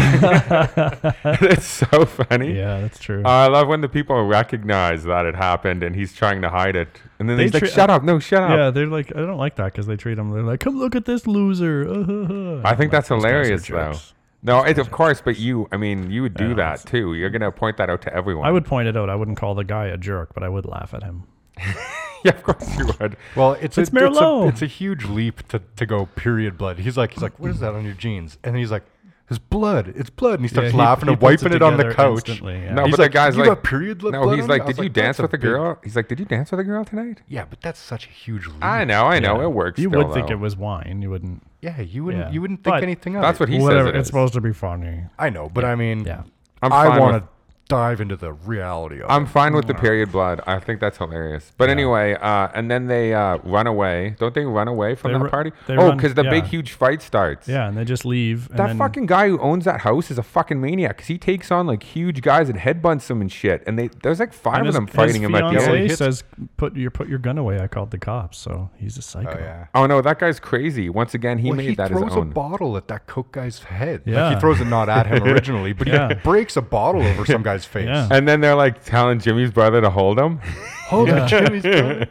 [SPEAKER 2] it's so funny. Uh,
[SPEAKER 1] Yeah, that's true.
[SPEAKER 2] I love when the people recognize that it happened and he's trying to hide it. And then
[SPEAKER 1] They
[SPEAKER 2] he's
[SPEAKER 1] tre-
[SPEAKER 2] like, shut up. No, shut up.
[SPEAKER 1] yeah, they're like, I don't like that because they treat them. They're like, come look at this loser. Uh-huh-huh.
[SPEAKER 2] I
[SPEAKER 1] I'm
[SPEAKER 2] think
[SPEAKER 1] like, "Those
[SPEAKER 2] that's
[SPEAKER 1] guys are
[SPEAKER 2] hilarious, though.
[SPEAKER 1] jerks."
[SPEAKER 2] No, it, of course, but you, I mean, you would do
[SPEAKER 1] Yeah,
[SPEAKER 2] that too. You're going to point that out to everyone.
[SPEAKER 1] I would point it out. I wouldn't call the guy a jerk, but I would laugh at him.
[SPEAKER 2] yeah, of course you would.
[SPEAKER 3] Well,
[SPEAKER 1] It's
[SPEAKER 3] it's a, it's, a,
[SPEAKER 1] Merlot.
[SPEAKER 3] it's a huge leap to, to go period blood. He's like he's like what is that on your jeans? And then he's like it's blood. It's blood. And he starts
[SPEAKER 1] he-
[SPEAKER 3] laughing
[SPEAKER 1] he
[SPEAKER 3] and
[SPEAKER 1] puts it
[SPEAKER 3] wiping it, on the
[SPEAKER 1] together
[SPEAKER 3] couch.
[SPEAKER 1] instantly, yeah.
[SPEAKER 2] No,
[SPEAKER 3] He's
[SPEAKER 2] but
[SPEAKER 3] like,
[SPEAKER 2] the guy's
[SPEAKER 3] "You
[SPEAKER 2] like,
[SPEAKER 3] got period li-
[SPEAKER 2] no,
[SPEAKER 3] blood
[SPEAKER 2] he's
[SPEAKER 3] on you?"
[SPEAKER 2] like,
[SPEAKER 3] I was
[SPEAKER 2] did you
[SPEAKER 3] like,
[SPEAKER 2] dance
[SPEAKER 3] "That's a
[SPEAKER 2] with a
[SPEAKER 3] big-"
[SPEAKER 2] girl? He's like, did you dance with a girl tonight?
[SPEAKER 3] Yeah, but that's such a huge leap.
[SPEAKER 2] I know, I know,
[SPEAKER 1] Yeah.
[SPEAKER 2] it works.
[SPEAKER 1] You
[SPEAKER 2] still,
[SPEAKER 1] would think
[SPEAKER 2] though.
[SPEAKER 1] it was wine. You wouldn't.
[SPEAKER 3] Yeah, you wouldn't
[SPEAKER 1] Yeah.
[SPEAKER 3] you wouldn't think
[SPEAKER 1] But
[SPEAKER 3] anything of
[SPEAKER 2] That's
[SPEAKER 3] it.
[SPEAKER 2] what he
[SPEAKER 1] Whatever.
[SPEAKER 2] says. It
[SPEAKER 1] it's
[SPEAKER 2] is.
[SPEAKER 1] supposed to be funny.
[SPEAKER 3] I know, but I mean,
[SPEAKER 1] Yeah.
[SPEAKER 2] I'm
[SPEAKER 3] I
[SPEAKER 2] fine
[SPEAKER 3] want
[SPEAKER 2] with-
[SPEAKER 3] to dive into the reality of
[SPEAKER 2] I'm
[SPEAKER 3] it.
[SPEAKER 2] fine with the period blood. I think that's hilarious. But anyway, uh, and then they uh, run away. Don't they run away from
[SPEAKER 1] They
[SPEAKER 2] the
[SPEAKER 1] ru-
[SPEAKER 2] party?
[SPEAKER 1] they
[SPEAKER 2] oh,
[SPEAKER 1] run-
[SPEAKER 2] because the big
[SPEAKER 1] yeah.
[SPEAKER 2] huge fight starts.
[SPEAKER 1] Yeah, and they just leave. And
[SPEAKER 2] That
[SPEAKER 1] then,
[SPEAKER 2] fucking guy who owns that house is a fucking maniac because he takes on like huge guys and headbutts them and shit. And they there's like five
[SPEAKER 1] and
[SPEAKER 2] of
[SPEAKER 1] his-
[SPEAKER 2] them fighting
[SPEAKER 1] his
[SPEAKER 2] him at the
[SPEAKER 1] fiancée
[SPEAKER 2] end.
[SPEAKER 1] says, "Put your put your gun away." I called the cops, so he's a psycho.
[SPEAKER 3] Oh yeah.
[SPEAKER 2] Oh no, that guy's crazy. Once again, he
[SPEAKER 3] Well,
[SPEAKER 2] made
[SPEAKER 3] he
[SPEAKER 2] that his
[SPEAKER 3] throws a
[SPEAKER 2] own.
[SPEAKER 3] bottle at that coke guy's head. Like
[SPEAKER 1] Yeah.
[SPEAKER 3] he throws it not at him originally, but
[SPEAKER 1] Yeah.
[SPEAKER 3] he breaks a bottle over some guy's face.
[SPEAKER 1] Yeah.
[SPEAKER 2] and then they're like telling Jimmy's brother to hold him.
[SPEAKER 3] Hold on, Oh, Jimmy's brother.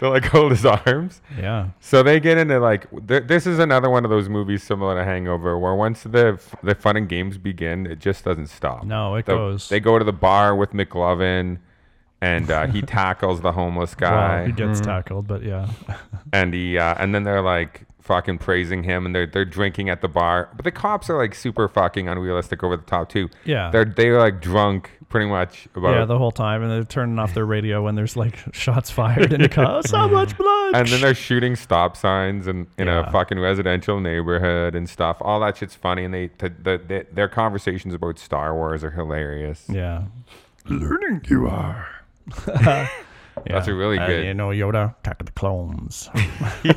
[SPEAKER 2] they're like hold his arms.
[SPEAKER 1] Yeah.
[SPEAKER 2] So they get into like th- this is another one of those movies similar to Hangover where once the f- the fun and games begin, it just doesn't stop.
[SPEAKER 1] No, it
[SPEAKER 2] The-
[SPEAKER 1] goes.
[SPEAKER 2] They go to the bar with McLovin, and uh, he tackles the homeless guy,
[SPEAKER 1] Well, he gets tackled, but yeah,
[SPEAKER 2] and he uh, and then they're like fucking praising him, and they're they're drinking at the bar. But the cops are like super fucking unrealistic, over the top too.
[SPEAKER 1] Yeah.
[SPEAKER 2] they're they're like drunk pretty much. About
[SPEAKER 1] yeah, the whole time, and they're turning off their radio when there's like shots fired and the car. So much blood.
[SPEAKER 2] and then they're shooting stop signs and in
[SPEAKER 1] Yeah.
[SPEAKER 2] a fucking residential neighborhood and stuff. All that shit's funny, and they t- the, the, their conversations about Star Wars are hilarious.
[SPEAKER 1] yeah.
[SPEAKER 3] Learning you are.
[SPEAKER 2] That's a really
[SPEAKER 1] Uh,
[SPEAKER 2] good-
[SPEAKER 1] you know, Yoda, attack of the clones.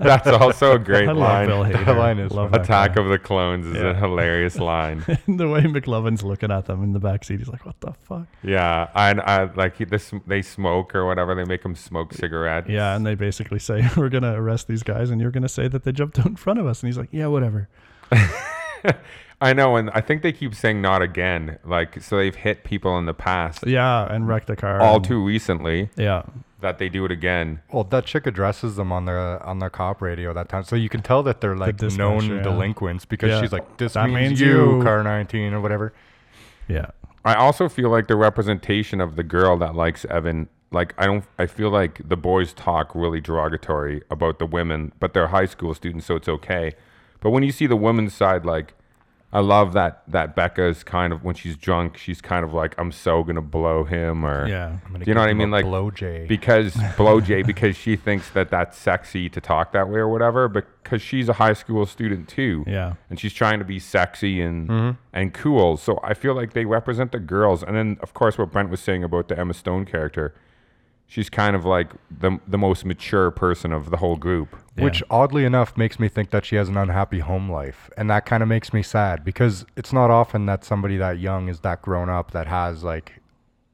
[SPEAKER 2] That's also a great
[SPEAKER 1] I love Bill
[SPEAKER 2] line.
[SPEAKER 1] Hader.
[SPEAKER 3] line is
[SPEAKER 1] love that
[SPEAKER 2] Attack
[SPEAKER 1] guy.
[SPEAKER 2] of the Clones is
[SPEAKER 1] Yeah.
[SPEAKER 2] a hilarious line.
[SPEAKER 1] the way McLovin's looking at them in the backseat. He's like, "What the fuck?"
[SPEAKER 2] Yeah, and I like he, this. They smoke or whatever. They make them smoke cigarettes.
[SPEAKER 1] Yeah, and they basically say, "We're gonna arrest these guys, and you're gonna say that they jumped out in front of us." And he's like, "Yeah, whatever."
[SPEAKER 2] I know, and I think they keep saying "not again." Like, so they've hit people in the past,
[SPEAKER 1] Yeah, and wrecked the car.
[SPEAKER 2] all
[SPEAKER 1] and-
[SPEAKER 2] too recently,
[SPEAKER 1] Yeah,
[SPEAKER 2] that they do it again.
[SPEAKER 3] Well, that chick addresses them on the on the cop radio that time, so you can tell that they're like known
[SPEAKER 1] dispatcher, yeah.
[SPEAKER 3] delinquents because
[SPEAKER 1] Yeah.
[SPEAKER 3] she's like, "This
[SPEAKER 1] That means
[SPEAKER 3] means, you,
[SPEAKER 1] you."
[SPEAKER 3] car 19 or whatever."
[SPEAKER 1] yeah.
[SPEAKER 2] I also feel like the representation of the girl that likes Evan, like I don't I feel like the boys talk really derogatory about the women, but they're high school students, so it's okay. But when you see the women's side like I love that that Becca's kind of when she's drunk, she's kind of like, I'm so gonna blow him or
[SPEAKER 1] Yeah.
[SPEAKER 3] I'm gonna
[SPEAKER 2] Do you know
[SPEAKER 3] give
[SPEAKER 2] what I
[SPEAKER 3] him a
[SPEAKER 2] mean? Like
[SPEAKER 3] blow Jay.
[SPEAKER 2] because blow Jay because she thinks that that's sexy to talk that way or whatever. Because she's a high school student too.
[SPEAKER 1] Yeah.
[SPEAKER 2] and she's trying to be sexy and and cool. So I feel like they represent the girls. And then of course what Brent was saying about the Emma Stone character, she's kind of like the the most mature person of the whole group.
[SPEAKER 3] Which oddly enough makes me think that she has an unhappy home life. And that kind of makes me sad because it's not often that somebody that young is that grown up that has like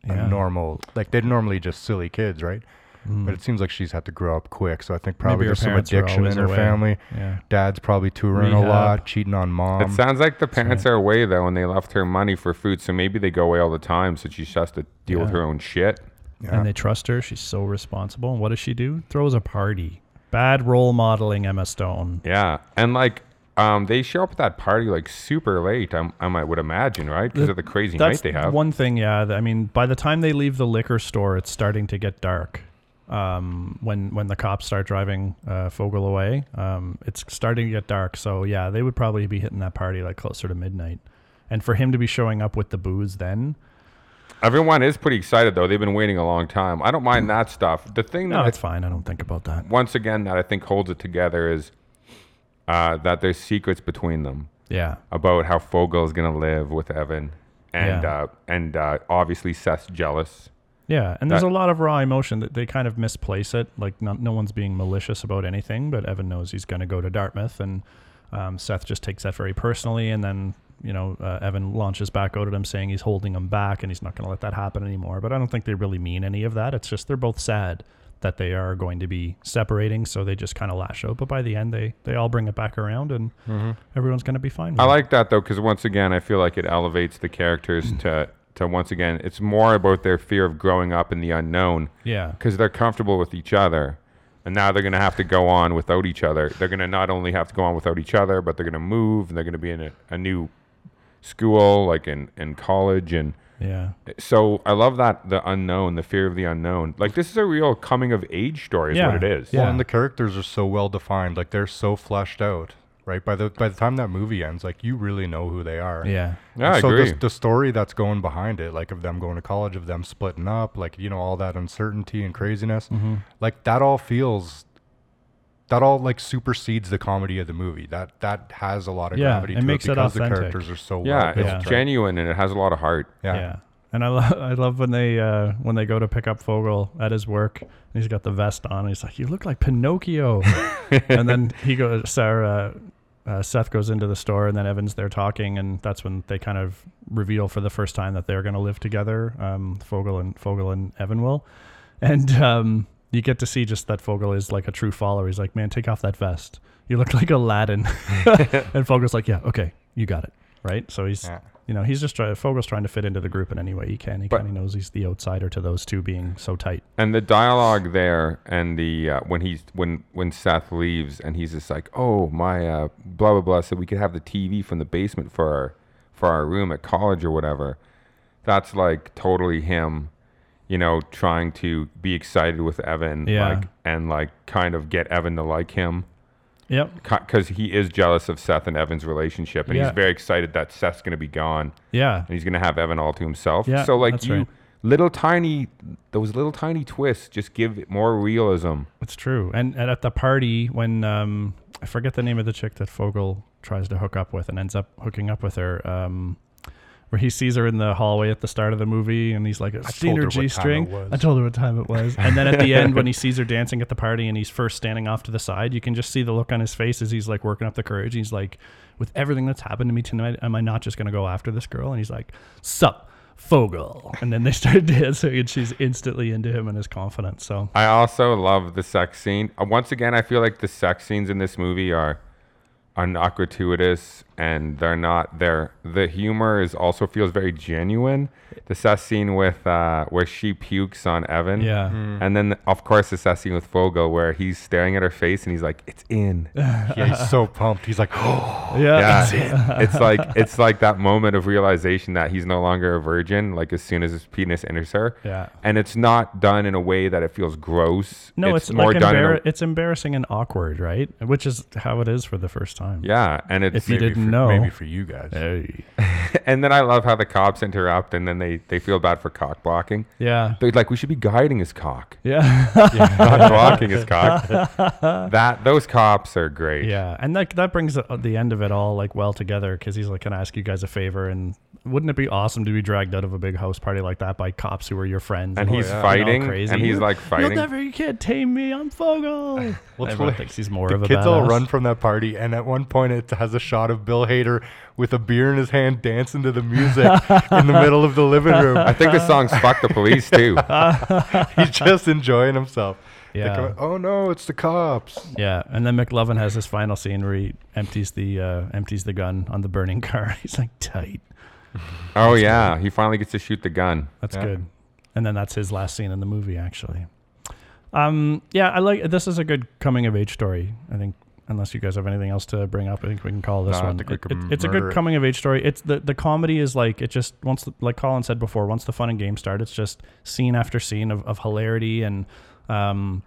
[SPEAKER 3] a normal, like they're normally just silly kids, right? But it seems like she's had to grow up quick. So I think probably
[SPEAKER 1] Mm. her
[SPEAKER 3] there's some
[SPEAKER 1] parents were
[SPEAKER 3] addiction
[SPEAKER 1] always
[SPEAKER 3] in her
[SPEAKER 1] away.
[SPEAKER 3] family.
[SPEAKER 1] Yeah.
[SPEAKER 3] Dad's probably touring a
[SPEAKER 1] Rehab.
[SPEAKER 3] lot, cheating on
[SPEAKER 2] It
[SPEAKER 3] mom.
[SPEAKER 2] sounds like the parents are away though, and they left her money for food. So maybe they go away all the time, so she just has to deal with her own shit.
[SPEAKER 1] And they trust her. She's so responsible. And what does she do? Throws a party. Bad role modeling Emma Stone.
[SPEAKER 2] Yeah, and like um, they show up at that party like super late. I'm, I might would imagine, right? Because of the crazy night
[SPEAKER 1] That's
[SPEAKER 2] they have.
[SPEAKER 1] one thing, yeah. that- I mean, by the time they leave the liquor store, it's starting to get dark. Um, when when the cops start driving uh, Fogel away, um, it's starting to get dark. So yeah, they would probably be hitting that party like closer to midnight. And for him to be showing up with the booze then,
[SPEAKER 2] Everyone is pretty excited though. They've been waiting a long time. I don't mind that stuff. The thing that
[SPEAKER 1] no,
[SPEAKER 2] I
[SPEAKER 1] it's fine. I don't think about that.
[SPEAKER 2] once again that I think holds it together is uh, that there's secrets between them
[SPEAKER 1] Yeah,
[SPEAKER 2] about how Fogel is gonna live with Evan, and
[SPEAKER 1] Yeah.
[SPEAKER 2] uh, and uh, obviously Seth's jealous.
[SPEAKER 1] yeah. And there's a
[SPEAKER 2] That-
[SPEAKER 1] lot of raw emotion that they kind of misplace it. Like no, no one's being malicious about anything, but Evan knows he's going to go to Dartmouth, and um, Seth just takes that very personally. And then you know uh, Evan launches back out at him, saying he's holding him back and he's not going to let that happen anymore. But I don't think they really mean any of that. It's just they're both sad that they are going to be separating, so they just kind of lash out. But by the end, they they all bring it back around, and everyone's going to be fine. With
[SPEAKER 2] Mm-hmm. I
[SPEAKER 1] it.
[SPEAKER 2] like that though, because once again, I feel like it elevates the characters
[SPEAKER 1] Mm.
[SPEAKER 2] to to once again, it's more about their fear of growing up in the unknown.
[SPEAKER 1] Yeah.
[SPEAKER 2] because they're comfortable with each other, and now they're gonna have to go on without each other. They're gonna not only have to go on without each other, but they're gonna move and they're gonna be in a, a new school, like in in college, and
[SPEAKER 1] yeah.
[SPEAKER 2] so I love that the unknown, the fear of the unknown. Like this is a real coming of age story, is what
[SPEAKER 1] Yeah.
[SPEAKER 2] it is.
[SPEAKER 1] Yeah.
[SPEAKER 3] Well, and the characters are so well defined. Like they're so fleshed out, right? By the by the time that movie ends, like you really know who they are.
[SPEAKER 1] Yeah.
[SPEAKER 2] Yeah, I
[SPEAKER 3] so
[SPEAKER 2] agree.
[SPEAKER 3] The, the story that's going behind it, like of them going to college, of them splitting up, like you know all that uncertainty and craziness,
[SPEAKER 1] Mm-hmm.
[SPEAKER 3] like that all feels, that all like supersedes the comedy of the movie. That that has a lot of
[SPEAKER 1] Yeah,
[SPEAKER 3] gravity
[SPEAKER 1] it
[SPEAKER 3] to
[SPEAKER 1] makes
[SPEAKER 3] it
[SPEAKER 1] it
[SPEAKER 3] because the
[SPEAKER 1] authentic.
[SPEAKER 3] characters are so
[SPEAKER 2] yeah,
[SPEAKER 3] well built,
[SPEAKER 2] it's
[SPEAKER 3] right?
[SPEAKER 2] genuine and it has a lot of heart.
[SPEAKER 3] yeah.
[SPEAKER 1] Yeah. And I love I love when they uh, when they go to pick up Fogel at his work and he's got the vest on and he's like, You look like Pinocchio And then he goes Sarah uh, Seth goes into the store and then Evan's there talking and that's when they kind of reveal for the first time that they're gonna live together, um, Fogel and Fogel and Evan will. And um, you get to see just that Fogel is like a true follower. He's like, Man, take off that vest. You look like Aladdin And Fogel's like, Yeah, okay, you got it. Right? So he's
[SPEAKER 3] Yeah.
[SPEAKER 1] you know, he's just trying. Fogel's trying to fit into the group in any way he can. He kind of knows he's the outsider to those two being so tight.
[SPEAKER 2] and the dialogue there and the uh, when he's when when Seth leaves and he's just like oh my uh, blah blah blah so we could have the TV from the basement for our for our room at college or whatever that's like totally him you know trying to be excited with Evan
[SPEAKER 1] Yeah.
[SPEAKER 2] like and like kind of get Evan to like him
[SPEAKER 1] Yep.
[SPEAKER 2] because he is jealous of Seth and Evan's relationship and
[SPEAKER 1] Yeah.
[SPEAKER 2] he's very excited that Seth's going to be gone
[SPEAKER 1] Yeah.
[SPEAKER 2] and he's gonna have Evan all to himself.
[SPEAKER 1] Yeah,
[SPEAKER 2] so like
[SPEAKER 1] that's
[SPEAKER 2] you,
[SPEAKER 1] right.
[SPEAKER 2] little tiny, those little tiny twists just give it more realism.
[SPEAKER 1] It's true. And, and at the party when um, I forget the name of the chick that Fogel tries to hook up with and ends up hooking up with her. Um, where he sees her in the hallway at the start of the movie, and he's like, "I've seen
[SPEAKER 3] told
[SPEAKER 1] her
[SPEAKER 3] her what time
[SPEAKER 1] G
[SPEAKER 3] it
[SPEAKER 1] string."
[SPEAKER 3] was.
[SPEAKER 1] I told her what time it was, and then at the end, when he sees her dancing at the party, and he's first standing off to the side, you can just see the look on his face as he's like working up the courage. He's like, "With everything that's happened to me tonight, am I not just gonna go after this girl?" And he's like, "Sup, Fogel," and then they start dancing, and she's instantly into him and his confidence. So
[SPEAKER 2] I also love the sex scene. Uh, Once again, I feel like the sex scenes in this movie are are not gratuitous and they're not they're the humor is also feels very genuine. The sex scene with uh, where she pukes on Evan.
[SPEAKER 1] Yeah.
[SPEAKER 2] And then of course the sex scene with Fogel where he's staring at her face and he's like, It's in.
[SPEAKER 3] Yeah, he's so pumped. He's like, oh,
[SPEAKER 2] Yeah, it's like it's like that moment of realization that he's no longer a virgin. Like as soon as his penis enters her,
[SPEAKER 1] Yeah.
[SPEAKER 2] and it's not done in a way that it feels gross.
[SPEAKER 1] No, it's,
[SPEAKER 2] more
[SPEAKER 1] like
[SPEAKER 2] done. in a-
[SPEAKER 1] embar- it's embarrassing and awkward, right? Which is how it is for the first time.
[SPEAKER 2] Yeah, and it's
[SPEAKER 1] If you didn't
[SPEAKER 3] for,
[SPEAKER 1] know.
[SPEAKER 3] Maybe for you guys.
[SPEAKER 1] Hey.
[SPEAKER 2] and then I love how the cops interrupt and then they they feel bad for cock blocking.
[SPEAKER 1] Yeah.
[SPEAKER 2] They're like, we should be guiding his cock,
[SPEAKER 1] Yeah.
[SPEAKER 2] not blocking his cock. that those cops are great.
[SPEAKER 1] yeah. And that that brings the the end of it all like well together because he's like, "Can I ask you guys a favor?" And wouldn't it be awesome to be dragged out of a big house party like that by cops who are your friends?
[SPEAKER 2] And he's
[SPEAKER 1] you know,
[SPEAKER 2] fighting,
[SPEAKER 1] crazy.
[SPEAKER 2] and he's, like, fighting.
[SPEAKER 1] You'll never, you can't tame me. I'm Fogel.
[SPEAKER 3] Well, it's
[SPEAKER 1] Everyone
[SPEAKER 3] like
[SPEAKER 1] thinks he's more
[SPEAKER 3] the
[SPEAKER 1] of a badass.
[SPEAKER 3] kids all run from that party, and at one point it has a shot of Bill Hader with a beer in his hand dancing to the music in the middle of the living room.
[SPEAKER 2] I think the song's "Fuck the Police" too.
[SPEAKER 3] He's just enjoying himself. They
[SPEAKER 1] Yeah.
[SPEAKER 3] come out, oh no, it's the cops.
[SPEAKER 1] Yeah, and then McLovin has his final scene where he empties the uh, empties the gun on the burning car. He's like, tight.
[SPEAKER 2] Oh yeah, he finally gets to shoot the gun.
[SPEAKER 1] That's
[SPEAKER 3] Yeah.
[SPEAKER 1] good. And then that's his last scene in the movie, actually. Um, yeah, I like this is a good coming of age story. I think unless you guys have anything else to bring up, I think we can call this
[SPEAKER 3] No, I
[SPEAKER 1] one.
[SPEAKER 3] think we
[SPEAKER 1] It-
[SPEAKER 3] can
[SPEAKER 1] it- it's a good
[SPEAKER 3] murder it.
[SPEAKER 1] coming of age story. It's the the comedy is like it just once the, like Colin said before, once the fun and games start, it's just scene after scene of, of hilarity and um,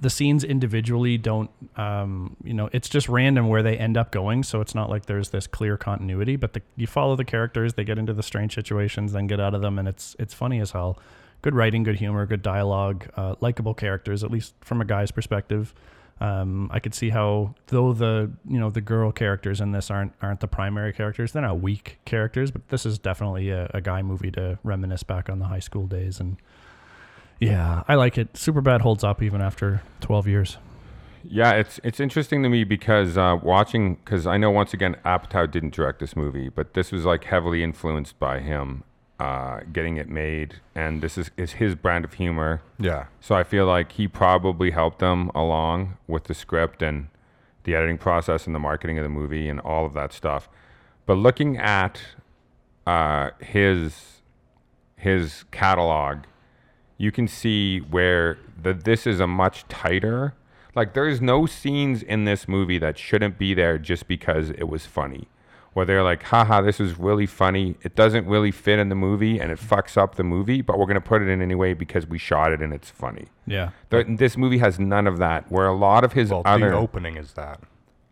[SPEAKER 1] the scenes individually don't um, you know it's just random where they end up going so it's not like there's this clear continuity but the, you follow the characters they get into the strange situations then get out of them and it's it's funny as hell good writing good humor good dialogue uh, likable characters at least from a guy's perspective um, I could see how though the you know the girl characters in this aren't aren't the primary characters they're not weak characters but this is definitely a, a guy movie to reminisce back on the high school days and yeah, I like it. Superbad holds up even after 12 years.
[SPEAKER 2] Yeah, it's it's interesting to me because uh, watching because I know once again Apatow didn't direct this movie, but this was like heavily influenced by him uh, getting it made, and this is is his brand of humor.
[SPEAKER 3] Yeah.
[SPEAKER 2] So I feel like he probably helped them along with the script and the editing process and the marketing of the movie and all of that stuff. But looking at uh, his his catalog, you can see where the, this is a much tighter. Like there's no scenes in this movie that shouldn't be there just because it was funny. Where they're like, haha, this is really funny. It doesn't really fit in the movie and it fucks up the movie, but we're going to put it in anyway because we shot it and it's funny.
[SPEAKER 1] Yeah.
[SPEAKER 2] Th- this movie has none of that. Where a lot of his
[SPEAKER 3] Well,
[SPEAKER 2] other,
[SPEAKER 3] the opening is that.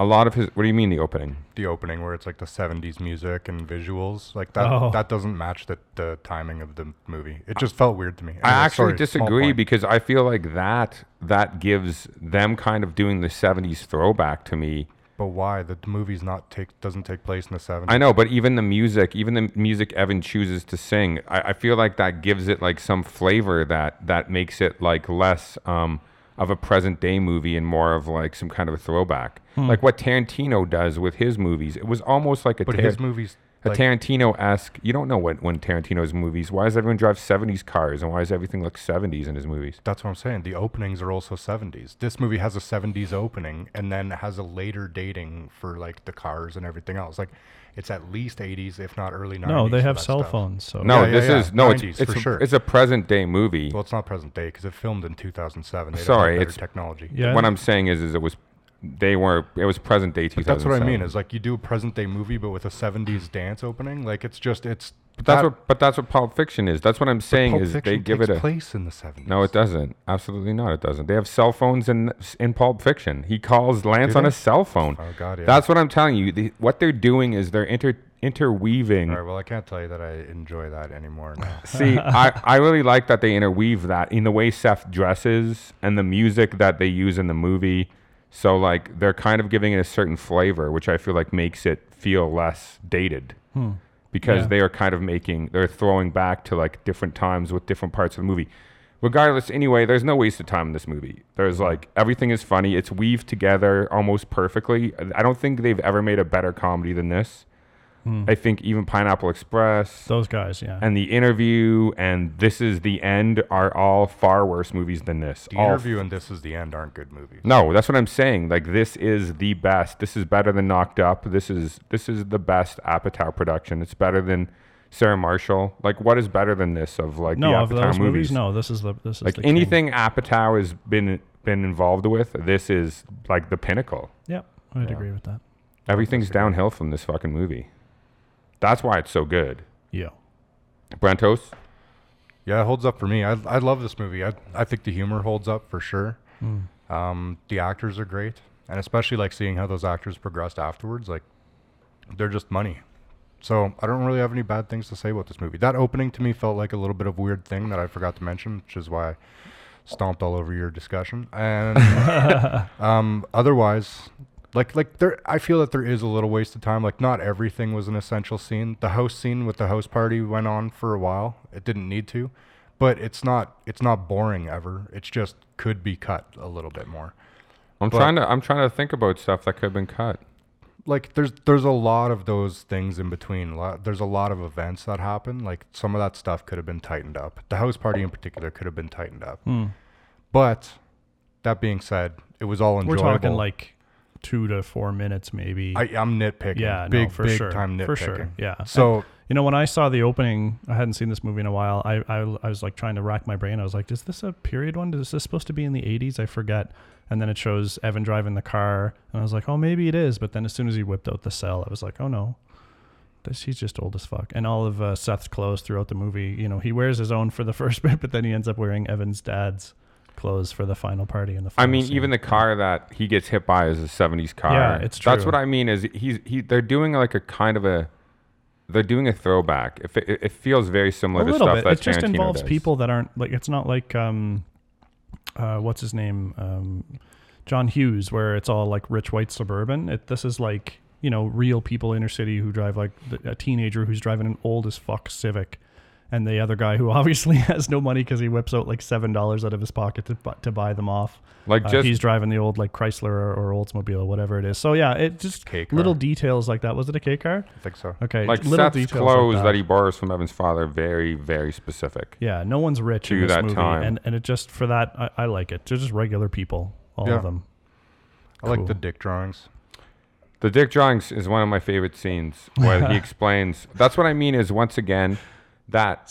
[SPEAKER 2] a lot of his, what do you mean the opening?
[SPEAKER 3] The opening where it's like the 70s music and visuals. Like that
[SPEAKER 1] Oh.
[SPEAKER 3] that doesn't match the, the timing of the movie. It just felt weird to me.
[SPEAKER 2] I
[SPEAKER 3] Anyway,
[SPEAKER 2] actually
[SPEAKER 3] sorry, small
[SPEAKER 2] disagree
[SPEAKER 3] point.
[SPEAKER 2] because I feel like that that gives them kind of doing the '70s throwback to me.
[SPEAKER 3] But why? The movie's not take doesn't take place in the 70s.
[SPEAKER 2] I know, but even the music, even the music Evan chooses to sing, I, I feel like that gives it like some flavor that that makes it like less um, of a present day movie and more of like some kind of a throwback,
[SPEAKER 3] Hmm.
[SPEAKER 2] like what Tarantino does with his movies. It was almost like a
[SPEAKER 3] But
[SPEAKER 2] Tar-
[SPEAKER 3] his movies
[SPEAKER 2] a
[SPEAKER 3] like,
[SPEAKER 2] Tarantino esque. You don't know what when Tarantino's movies. Why does everyone drive '70s cars and why does everything look '70s in his movies?
[SPEAKER 3] That's what I'm saying. The openings are also 70s. This movie has a 70s opening and then has a later dating for like the cars and everything else. Like it's at least 80s, if not early 90s.
[SPEAKER 1] No, they
[SPEAKER 3] for
[SPEAKER 1] have
[SPEAKER 3] that
[SPEAKER 1] cell
[SPEAKER 3] stuff.
[SPEAKER 1] phones. So
[SPEAKER 2] No,
[SPEAKER 3] Oh, Yeah, yeah,
[SPEAKER 2] this
[SPEAKER 3] yeah.
[SPEAKER 2] is no. It's
[SPEAKER 3] 90s,
[SPEAKER 2] it's
[SPEAKER 3] for
[SPEAKER 2] a,
[SPEAKER 3] sure.
[SPEAKER 2] it's a present day movie.
[SPEAKER 3] Well, it's not present day because it filmed in 2007. They don't
[SPEAKER 2] Sorry,
[SPEAKER 3] have better
[SPEAKER 2] it's-
[SPEAKER 3] technology.
[SPEAKER 1] Yeah.
[SPEAKER 2] What I'm saying is, is it was they were it was present day.
[SPEAKER 3] But that's what I mean.
[SPEAKER 2] 2007.
[SPEAKER 3] Is like you do a present day movie, but with a 70s dance opening. Like it's just it's.
[SPEAKER 2] But that's what but that's what Pulp Fiction is. That's what I'm saying
[SPEAKER 3] Uh, Pulp
[SPEAKER 2] is they
[SPEAKER 3] Fiction
[SPEAKER 2] give
[SPEAKER 3] takes
[SPEAKER 2] it a
[SPEAKER 3] place in the 70s.
[SPEAKER 2] no, it doesn't. Absolutely not. It doesn't. They have cell phones in in Pulp Fiction. He calls Lance
[SPEAKER 3] Do
[SPEAKER 2] on
[SPEAKER 3] they?
[SPEAKER 2] his cell phone.
[SPEAKER 3] Oh, God, yeah.
[SPEAKER 2] That's what I'm telling you. The, what they're doing is they're inter interweaving.
[SPEAKER 3] All right. Well, I can't tell you that I enjoy that anymore. Now.
[SPEAKER 2] See, I, I really like that they interweave that in the way Seth dresses and the music that they use in the movie. So like they're kind of giving it a certain flavor, which I feel like makes it feel less dated. Because
[SPEAKER 1] Yeah.
[SPEAKER 2] they are kind of making they're throwing back to like different times with different parts of the movie. Regardless, anyway, there's no waste of time in this movie. There's like everything is funny. It's weaved together almost perfectly. I don't think they've ever made a better comedy than this. I think even Pineapple Express
[SPEAKER 1] those guys, yeah.
[SPEAKER 2] and the interview and this is the end are all far worse movies than this.
[SPEAKER 3] The
[SPEAKER 2] All-
[SPEAKER 3] interview and this is the end aren't good movies.
[SPEAKER 2] no, that's what I'm saying. Like this is the best. This is better than Knocked Up. This is this is the best Apatow production. It's better than Sarah Marshall. Like what is better than this of like the
[SPEAKER 1] no, of
[SPEAKER 2] Apatow
[SPEAKER 1] those movies,
[SPEAKER 2] movies?
[SPEAKER 1] no, this is the this is
[SPEAKER 2] Like
[SPEAKER 1] the king.
[SPEAKER 2] anything Apatow has been been involved with, this is like the pinnacle.
[SPEAKER 1] Yep, I'd agree with that.
[SPEAKER 2] Everything's downhill from this fucking movie. That's why it's so good.
[SPEAKER 1] Yeah.
[SPEAKER 2] Brentos?
[SPEAKER 3] Yeah, it holds up for me. I, I love this movie. I, I think the humor holds up for sure. Um, the actors are great. and especially like seeing how those actors progressed afterwards, like they're just money. So I don't really have any bad things to say about this movie. That opening to me felt like a little bit of weird thing that I forgot to mention, which is why I stomped all over your discussion. And um, otherwise, like like there, I feel that there is a little waste of time. Like not everything was an essential scene. The house scene with the house party went on for a while. It didn't need to, but it's not it's not boring ever. It's just could be cut a little bit more.
[SPEAKER 2] I'm trying to I'm trying to think about stuff that could have been cut.
[SPEAKER 3] like there's there's a lot of those things in between. A lot, there's a lot of events that happen. Like some of that stuff could have been tightened up. The house party in particular could have been tightened up.
[SPEAKER 1] Hmm.
[SPEAKER 3] But that being said, it was all
[SPEAKER 1] We're
[SPEAKER 3] enjoyable.
[SPEAKER 1] talking like two to four minutes, maybe.
[SPEAKER 3] I, I'm nitpicking.
[SPEAKER 1] yeah,
[SPEAKER 3] big
[SPEAKER 1] no, for
[SPEAKER 3] big
[SPEAKER 1] sure.
[SPEAKER 3] time nitpicking.
[SPEAKER 1] For sure, yeah.
[SPEAKER 3] So
[SPEAKER 1] You know, when I saw the opening, I hadn't seen this movie in a while. I, I, I was like trying to rack my brain. I was like, is this a period one? Is this supposed to be in the 80s? I forget. And then it shows Evan driving the car. And I was like, oh, maybe it is. But then as soon as he whipped out the cell, I was like, oh, no. This, he's just old as fuck. And all of uh, Seth's clothes throughout the movie, you know, he wears his own for the first bit, but then he ends up wearing Evan's dad's clothes for the final party in the
[SPEAKER 2] I
[SPEAKER 1] final
[SPEAKER 2] mean,
[SPEAKER 1] scene.
[SPEAKER 2] even the car that he gets hit by is a '70s car.
[SPEAKER 1] Yeah, it's
[SPEAKER 2] That's
[SPEAKER 1] true.
[SPEAKER 2] what I mean. Is he's he? They're doing like a kind of a, they're doing a throwback. If it, it feels very similar
[SPEAKER 1] a
[SPEAKER 2] to
[SPEAKER 1] little
[SPEAKER 2] stuff
[SPEAKER 1] bit.
[SPEAKER 2] that
[SPEAKER 1] It just
[SPEAKER 2] Tarantino
[SPEAKER 1] involves
[SPEAKER 2] does.
[SPEAKER 1] people that aren't like it's not like um, uh, what's his name, um, John Hughes, where it's all like rich white suburban. It, this is like you know real people inner city who drive like the, a teenager who's driving an old as fuck Civic. And the other guy who obviously has no money because he whips out like seven dollars out of his pocket to, bu- to buy them off.
[SPEAKER 2] Like
[SPEAKER 1] Uh,
[SPEAKER 2] just-
[SPEAKER 1] he's driving the old like Chrysler or, or Oldsmobile or whatever it is. So yeah, it just
[SPEAKER 3] K car.
[SPEAKER 1] little details like that. Was it a K car?
[SPEAKER 3] I think so.
[SPEAKER 1] Okay,
[SPEAKER 2] Like
[SPEAKER 1] little
[SPEAKER 2] Seth's
[SPEAKER 1] details
[SPEAKER 2] clothes
[SPEAKER 1] like
[SPEAKER 2] that. he borrows from Evan's father, very very specific.
[SPEAKER 1] yeah, no one's rich
[SPEAKER 2] To
[SPEAKER 1] in this
[SPEAKER 2] that
[SPEAKER 1] movie,
[SPEAKER 2] time.
[SPEAKER 1] and and it just for that I, I like it. They're just regular people, all
[SPEAKER 3] Yeah.
[SPEAKER 1] of them.
[SPEAKER 3] I like the
[SPEAKER 1] Cool.
[SPEAKER 3] dick drawings.
[SPEAKER 2] The dick drawings is one of my favorite scenes where he explains. That's what I mean. Is once again that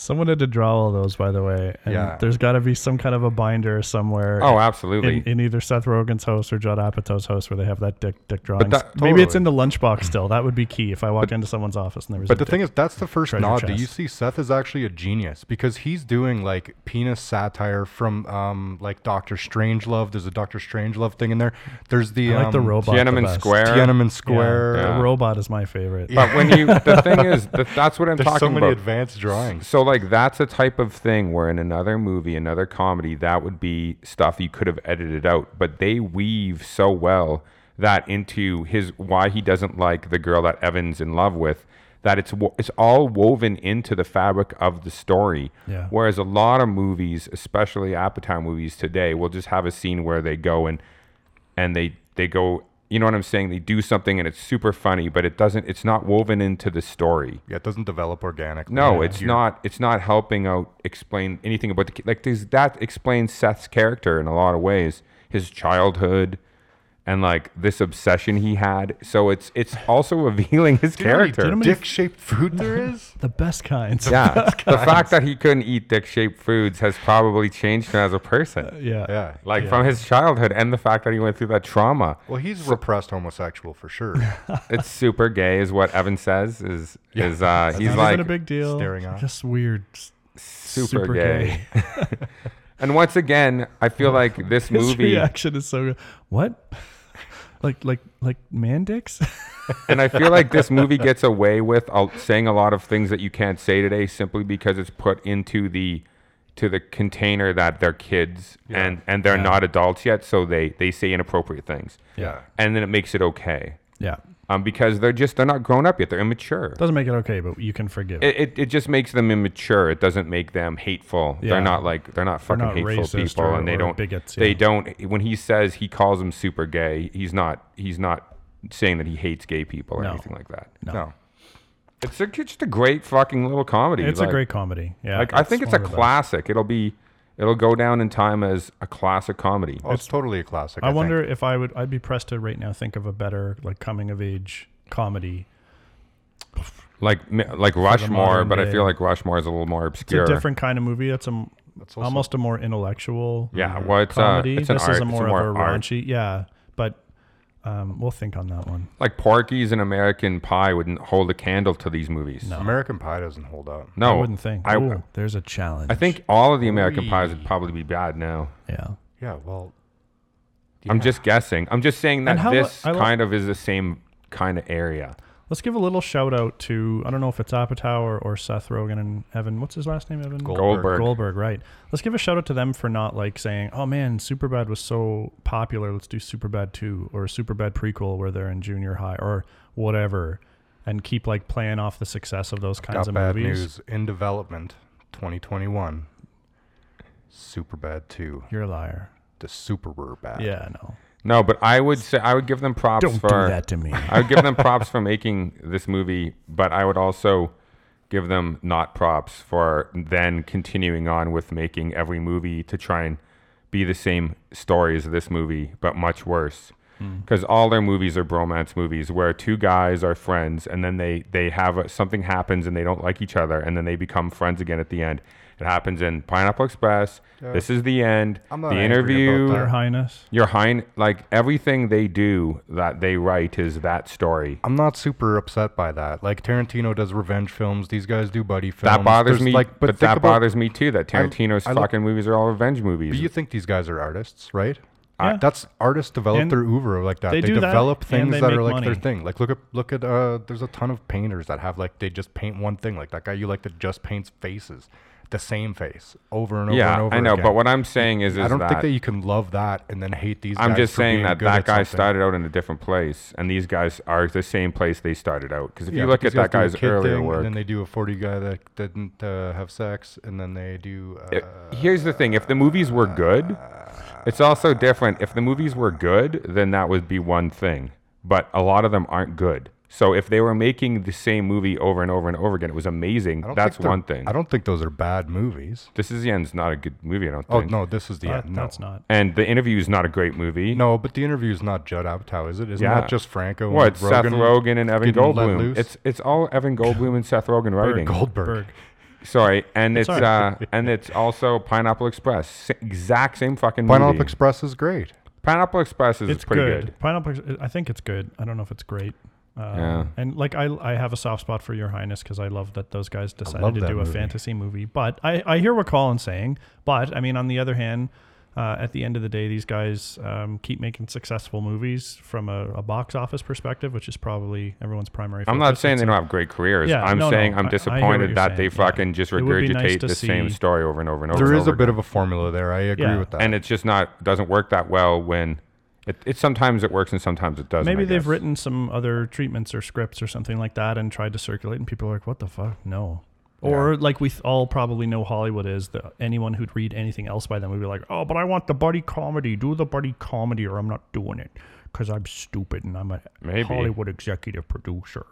[SPEAKER 1] Someone had to draw all those, by the way. And
[SPEAKER 3] Yeah.
[SPEAKER 1] there's got to be some kind of a binder somewhere.
[SPEAKER 2] Oh,
[SPEAKER 1] in-
[SPEAKER 2] absolutely.
[SPEAKER 1] In, in either Seth Rogen's house or Judd Apatow's house, where they have that dick dick drawings.
[SPEAKER 2] that-
[SPEAKER 1] Maybe it's
[SPEAKER 3] totally.
[SPEAKER 1] in the lunchbox still. That would be key if I walked into someone's office and there was.
[SPEAKER 3] But
[SPEAKER 1] a
[SPEAKER 3] the thing
[SPEAKER 1] dick-
[SPEAKER 3] is, that's the first
[SPEAKER 1] treasure
[SPEAKER 3] nod that
[SPEAKER 1] chest.
[SPEAKER 3] you see. Seth is actually a genius because he's doing like penis satire from um like Doctor Strangelove. There's a Doctor Strangelove thing in there. There's the
[SPEAKER 1] I like the
[SPEAKER 3] um,
[SPEAKER 1] robot. the
[SPEAKER 2] Tiananmen
[SPEAKER 1] best.
[SPEAKER 2] Square.
[SPEAKER 3] Tiananmen
[SPEAKER 1] Yeah,
[SPEAKER 3] Square.
[SPEAKER 2] Yeah.
[SPEAKER 1] The robot is my favorite.
[SPEAKER 2] But when you, the thing is, that, that's what I'm
[SPEAKER 3] There's
[SPEAKER 2] talking
[SPEAKER 3] so many
[SPEAKER 2] about.
[SPEAKER 3] advanced drawings.
[SPEAKER 2] So like that's a type of thing where in another movie, another comedy, that would be stuff you could have edited out, but they weave so well that into his why he doesn't like the girl that Evan's in love with that it's wo- it's all woven into the fabric of the story.
[SPEAKER 1] Yeah.
[SPEAKER 2] Whereas a lot of movies, especially Apatow movies today, will just have a scene where they go and and they they go you know what I'm saying? They do something and it's super funny, but it doesn't it's not woven into the story.
[SPEAKER 3] Yeah, it doesn't develop organically.
[SPEAKER 2] No,
[SPEAKER 3] Yeah.
[SPEAKER 2] it's not. It's not helping out explain anything about the ki- like. There's, that explains Seth's character in a lot of ways, his childhood, and like this obsession he had. So it's it's also revealing his
[SPEAKER 3] Do you know how many
[SPEAKER 2] character.
[SPEAKER 1] many-
[SPEAKER 3] dick-shaped food there is.
[SPEAKER 1] The best kinds.
[SPEAKER 2] yeah, the fact that he couldn't eat dick-shaped foods has probably changed him as a person,
[SPEAKER 1] Uh, yeah.
[SPEAKER 3] Yeah.
[SPEAKER 2] like from his childhood, and the fact that he went through that trauma.
[SPEAKER 3] Well, he's repressed homosexual for sure.
[SPEAKER 2] It's super gay, is what Evan says. Is is uh, he's
[SPEAKER 1] Not
[SPEAKER 2] like
[SPEAKER 1] even a big deal.
[SPEAKER 3] staring off.
[SPEAKER 1] Just weird. s-
[SPEAKER 2] super,
[SPEAKER 1] super
[SPEAKER 2] gay. and once again, I feel like this
[SPEAKER 1] His
[SPEAKER 2] movie.
[SPEAKER 1] reaction is so good. What? like like like man dicks?
[SPEAKER 2] and I feel like this movie gets away with uh, saying a lot of things that you can't say today simply because it's put into the to the container that they're kids and and they're not adults yet, so they they say inappropriate things.
[SPEAKER 3] yeah.
[SPEAKER 2] And then it makes it okay.
[SPEAKER 1] yeah.
[SPEAKER 2] Um, because they're just they're not grown up yet. They're immature.
[SPEAKER 1] Doesn't make it okay, but you can forgive it.
[SPEAKER 2] It, it, it just makes them immature. It doesn't make them hateful.
[SPEAKER 1] Yeah.
[SPEAKER 2] They're not like they're not fucking
[SPEAKER 1] not
[SPEAKER 2] hateful
[SPEAKER 1] racist
[SPEAKER 2] people,
[SPEAKER 1] or-
[SPEAKER 2] and they
[SPEAKER 1] or
[SPEAKER 2] don't
[SPEAKER 1] bigots,
[SPEAKER 2] they
[SPEAKER 1] yeah.
[SPEAKER 2] don't. When he says he calls them super gay, he's not he's not saying that he hates gay people or
[SPEAKER 1] No.
[SPEAKER 2] anything like that.
[SPEAKER 1] No.
[SPEAKER 2] It's a, it's just a great fucking little comedy.
[SPEAKER 1] It's
[SPEAKER 2] like-
[SPEAKER 1] a great comedy. Yeah.
[SPEAKER 2] Like I think it's a
[SPEAKER 1] one of the best.
[SPEAKER 2] classic. It'll be it'll go down in time as a classic comedy.
[SPEAKER 3] Oh, it's, totally a classic. I,
[SPEAKER 1] I
[SPEAKER 3] think.
[SPEAKER 1] wonder if I would I'd be pressed to right now think of a better like coming of age comedy.
[SPEAKER 2] Like mi- like Rushmore,
[SPEAKER 1] modern
[SPEAKER 2] but I
[SPEAKER 1] day.
[SPEAKER 2] feel like Rushmore is a little more
[SPEAKER 1] It's
[SPEAKER 2] obscure.
[SPEAKER 1] a different kind of movie. That's a m-
[SPEAKER 3] That's also-
[SPEAKER 1] almost a more intellectual
[SPEAKER 2] yeah, well, it's, uh,
[SPEAKER 1] comedy.
[SPEAKER 2] it's an
[SPEAKER 1] this
[SPEAKER 2] art.
[SPEAKER 1] is a
[SPEAKER 2] it's
[SPEAKER 1] more, of a
[SPEAKER 2] art.
[SPEAKER 1] raunchy. Yeah. But um, we'll think on that one.
[SPEAKER 2] Like Porky's and American Pie wouldn't hold a candle to these movies. No,
[SPEAKER 3] American Pie doesn't hold up.
[SPEAKER 1] I wouldn't think.
[SPEAKER 2] Oh, I,
[SPEAKER 1] Ooh, there's a challenge.
[SPEAKER 2] I think all of the American Pies would probably be bad now.
[SPEAKER 1] Yeah.
[SPEAKER 3] Yeah. Well,
[SPEAKER 2] I'm just guessing. I'm just saying that
[SPEAKER 1] And how-
[SPEAKER 2] this
[SPEAKER 1] I lo-
[SPEAKER 2] kind of is the same kind of area.
[SPEAKER 1] Let's give a little shout out to I don't know if it's Apatow or, or Seth Rogen and Evan. What's his last name? Evan
[SPEAKER 2] Goldberg.
[SPEAKER 1] Goldberg, right? Let's give a shout out to them for not like saying, "Oh man, Superbad was so popular. Let's do Superbad two or a Superbad prequel where they're in junior high or whatever," and keep like playing off the success of those kinds
[SPEAKER 3] Got
[SPEAKER 1] of
[SPEAKER 3] bad
[SPEAKER 1] movies.
[SPEAKER 3] news in development, 2021. Super bad two.
[SPEAKER 1] You're a liar.
[SPEAKER 3] The super bad.
[SPEAKER 1] Yeah, no.
[SPEAKER 2] No, but I would say I would give them props
[SPEAKER 1] Don't
[SPEAKER 2] for
[SPEAKER 1] do that to me.
[SPEAKER 2] I would give them props for making this movie, but I would also give them not props for then continuing on with making every movie to try and be the same story as this movie, but much worse.
[SPEAKER 3] Hmm.
[SPEAKER 2] Because all their movies are bromance movies where two guys are friends and then they, they have a, something happens and they don't like each other and then they become friends again at the end. It happens in Pineapple Express. This is the end.
[SPEAKER 3] I'm not
[SPEAKER 2] the
[SPEAKER 3] angry about
[SPEAKER 2] interview.
[SPEAKER 3] that.
[SPEAKER 1] Your Highness.
[SPEAKER 2] Your hind, like everything they do that they write is that story.
[SPEAKER 3] I'm not super upset by that. Like Tarantino does revenge films. These guys do buddy films.
[SPEAKER 2] That bothers
[SPEAKER 3] There's,
[SPEAKER 2] me.
[SPEAKER 3] Like,
[SPEAKER 2] but
[SPEAKER 3] but, think
[SPEAKER 2] that
[SPEAKER 3] about-
[SPEAKER 2] bothers me too. That Tarantino's
[SPEAKER 3] I look-
[SPEAKER 2] fucking movies are all revenge movies.
[SPEAKER 3] But you think these guys are artists, right? Uh,
[SPEAKER 1] Yeah.
[SPEAKER 3] That's artists develop
[SPEAKER 1] And
[SPEAKER 3] their oeuvre like that.
[SPEAKER 1] they
[SPEAKER 3] They,
[SPEAKER 1] do that,
[SPEAKER 3] develop
[SPEAKER 1] and
[SPEAKER 3] things
[SPEAKER 1] they
[SPEAKER 3] that
[SPEAKER 1] make
[SPEAKER 3] are like their
[SPEAKER 1] money.
[SPEAKER 3] thing. Like look at look at uh, there's a ton of painters that have like they just paint one thing. Like that guy you like that just paints faces, the same face over and over
[SPEAKER 2] yeah,
[SPEAKER 3] and over.
[SPEAKER 2] I know.
[SPEAKER 3] again.
[SPEAKER 2] But what I'm saying is, is
[SPEAKER 3] I don't
[SPEAKER 2] that,
[SPEAKER 3] think that you can love that and then hate these.
[SPEAKER 2] I'm
[SPEAKER 3] guys
[SPEAKER 2] just
[SPEAKER 3] for
[SPEAKER 2] saying
[SPEAKER 3] being
[SPEAKER 2] that
[SPEAKER 3] good
[SPEAKER 2] that
[SPEAKER 3] at
[SPEAKER 2] guy
[SPEAKER 3] something.
[SPEAKER 2] started out in a different place, and these guys are the same place they started out. Because if
[SPEAKER 3] Yeah,
[SPEAKER 2] you
[SPEAKER 3] but
[SPEAKER 2] look
[SPEAKER 3] these
[SPEAKER 2] at that
[SPEAKER 3] guys
[SPEAKER 2] guy's
[SPEAKER 3] do a kid
[SPEAKER 2] earlier
[SPEAKER 3] thing,
[SPEAKER 2] work,
[SPEAKER 3] and then they do a 40 guy that didn't uh, have sex, and then they do. Uh,
[SPEAKER 2] It- here's the thing: if the movies were good, it's also different. If the movies were good, then that would be one thing. But a lot of them aren't good. So if they were making the same movie over and over and over again, it was amazing.
[SPEAKER 3] I don't
[SPEAKER 2] That's
[SPEAKER 3] think they're-
[SPEAKER 2] one thing.
[SPEAKER 3] I don't think those are bad movies.
[SPEAKER 2] This is the end's not a good movie. I don't
[SPEAKER 3] Oh
[SPEAKER 2] think.
[SPEAKER 3] no, this is the
[SPEAKER 1] That-
[SPEAKER 3] end. No,
[SPEAKER 1] That's not.
[SPEAKER 2] And the interview is not a great movie.
[SPEAKER 3] No, but the interview is not Judd Apatow, is it? Isn't
[SPEAKER 2] Yeah.
[SPEAKER 3] that just Franco?
[SPEAKER 2] Well,
[SPEAKER 3] and
[SPEAKER 2] it's Seth Rogen and Evan
[SPEAKER 3] getting let
[SPEAKER 2] Goldblum.
[SPEAKER 3] loose?
[SPEAKER 2] It's it's all Evan Goldblum and Seth Rogen writing.
[SPEAKER 3] Goldberg.
[SPEAKER 2] Sorry, and it's
[SPEAKER 1] all right.
[SPEAKER 2] uh, and it's also Pineapple Express. S- exact same fucking
[SPEAKER 3] Pineapple
[SPEAKER 2] movie.
[SPEAKER 3] Express is great.
[SPEAKER 2] Pineapple Express is
[SPEAKER 1] It's
[SPEAKER 2] pretty
[SPEAKER 1] good.
[SPEAKER 2] good.
[SPEAKER 1] Pineapple. Ex- I think it's good. I don't know if it's great. Um,
[SPEAKER 2] Yeah.
[SPEAKER 1] And like I, I have a soft spot for Your Highness because I love that those guys decided
[SPEAKER 3] love
[SPEAKER 1] to
[SPEAKER 3] that
[SPEAKER 1] do a
[SPEAKER 3] movie.
[SPEAKER 1] fantasy movie. But I, I hear what Colin's saying. But I mean, on the other hand, uh, at the end of the day, these guys um, keep making successful movies from a, a box office perspective, which is probably everyone's primary.
[SPEAKER 2] I'm
[SPEAKER 1] focus.
[SPEAKER 2] not saying
[SPEAKER 1] It's
[SPEAKER 2] they
[SPEAKER 1] a-
[SPEAKER 2] don't have great careers.
[SPEAKER 1] Yeah,
[SPEAKER 2] I'm
[SPEAKER 1] no,
[SPEAKER 2] saying
[SPEAKER 1] no, I- I hear
[SPEAKER 2] I'm
[SPEAKER 1] what you're
[SPEAKER 2] disappointed that they
[SPEAKER 1] saying, yeah.
[SPEAKER 2] fucking just
[SPEAKER 1] It would be
[SPEAKER 2] regurgitate
[SPEAKER 1] nice to
[SPEAKER 2] the same
[SPEAKER 1] see-
[SPEAKER 2] story over and over and over.
[SPEAKER 3] There
[SPEAKER 2] and
[SPEAKER 3] is a
[SPEAKER 2] over
[SPEAKER 3] bit
[SPEAKER 2] again.
[SPEAKER 3] of a formula there. I agree
[SPEAKER 1] Yeah.
[SPEAKER 3] with that.
[SPEAKER 2] and it's just not doesn't work that well when it, it sometimes it works and sometimes it doesn't.
[SPEAKER 1] Maybe
[SPEAKER 2] I
[SPEAKER 1] they've
[SPEAKER 2] guess.
[SPEAKER 1] written some other treatments or scripts or something like that and tried to circulate, and people are like, "What the fuck? No." Or like we th- all probably know Hollywood is that anyone who'd read anything else by them would be like, "Oh, but I want the buddy comedy. Do the buddy comedy, or I'm not doing it because I'm stupid and I'm a
[SPEAKER 2] Maybe.
[SPEAKER 1] Hollywood executive producer."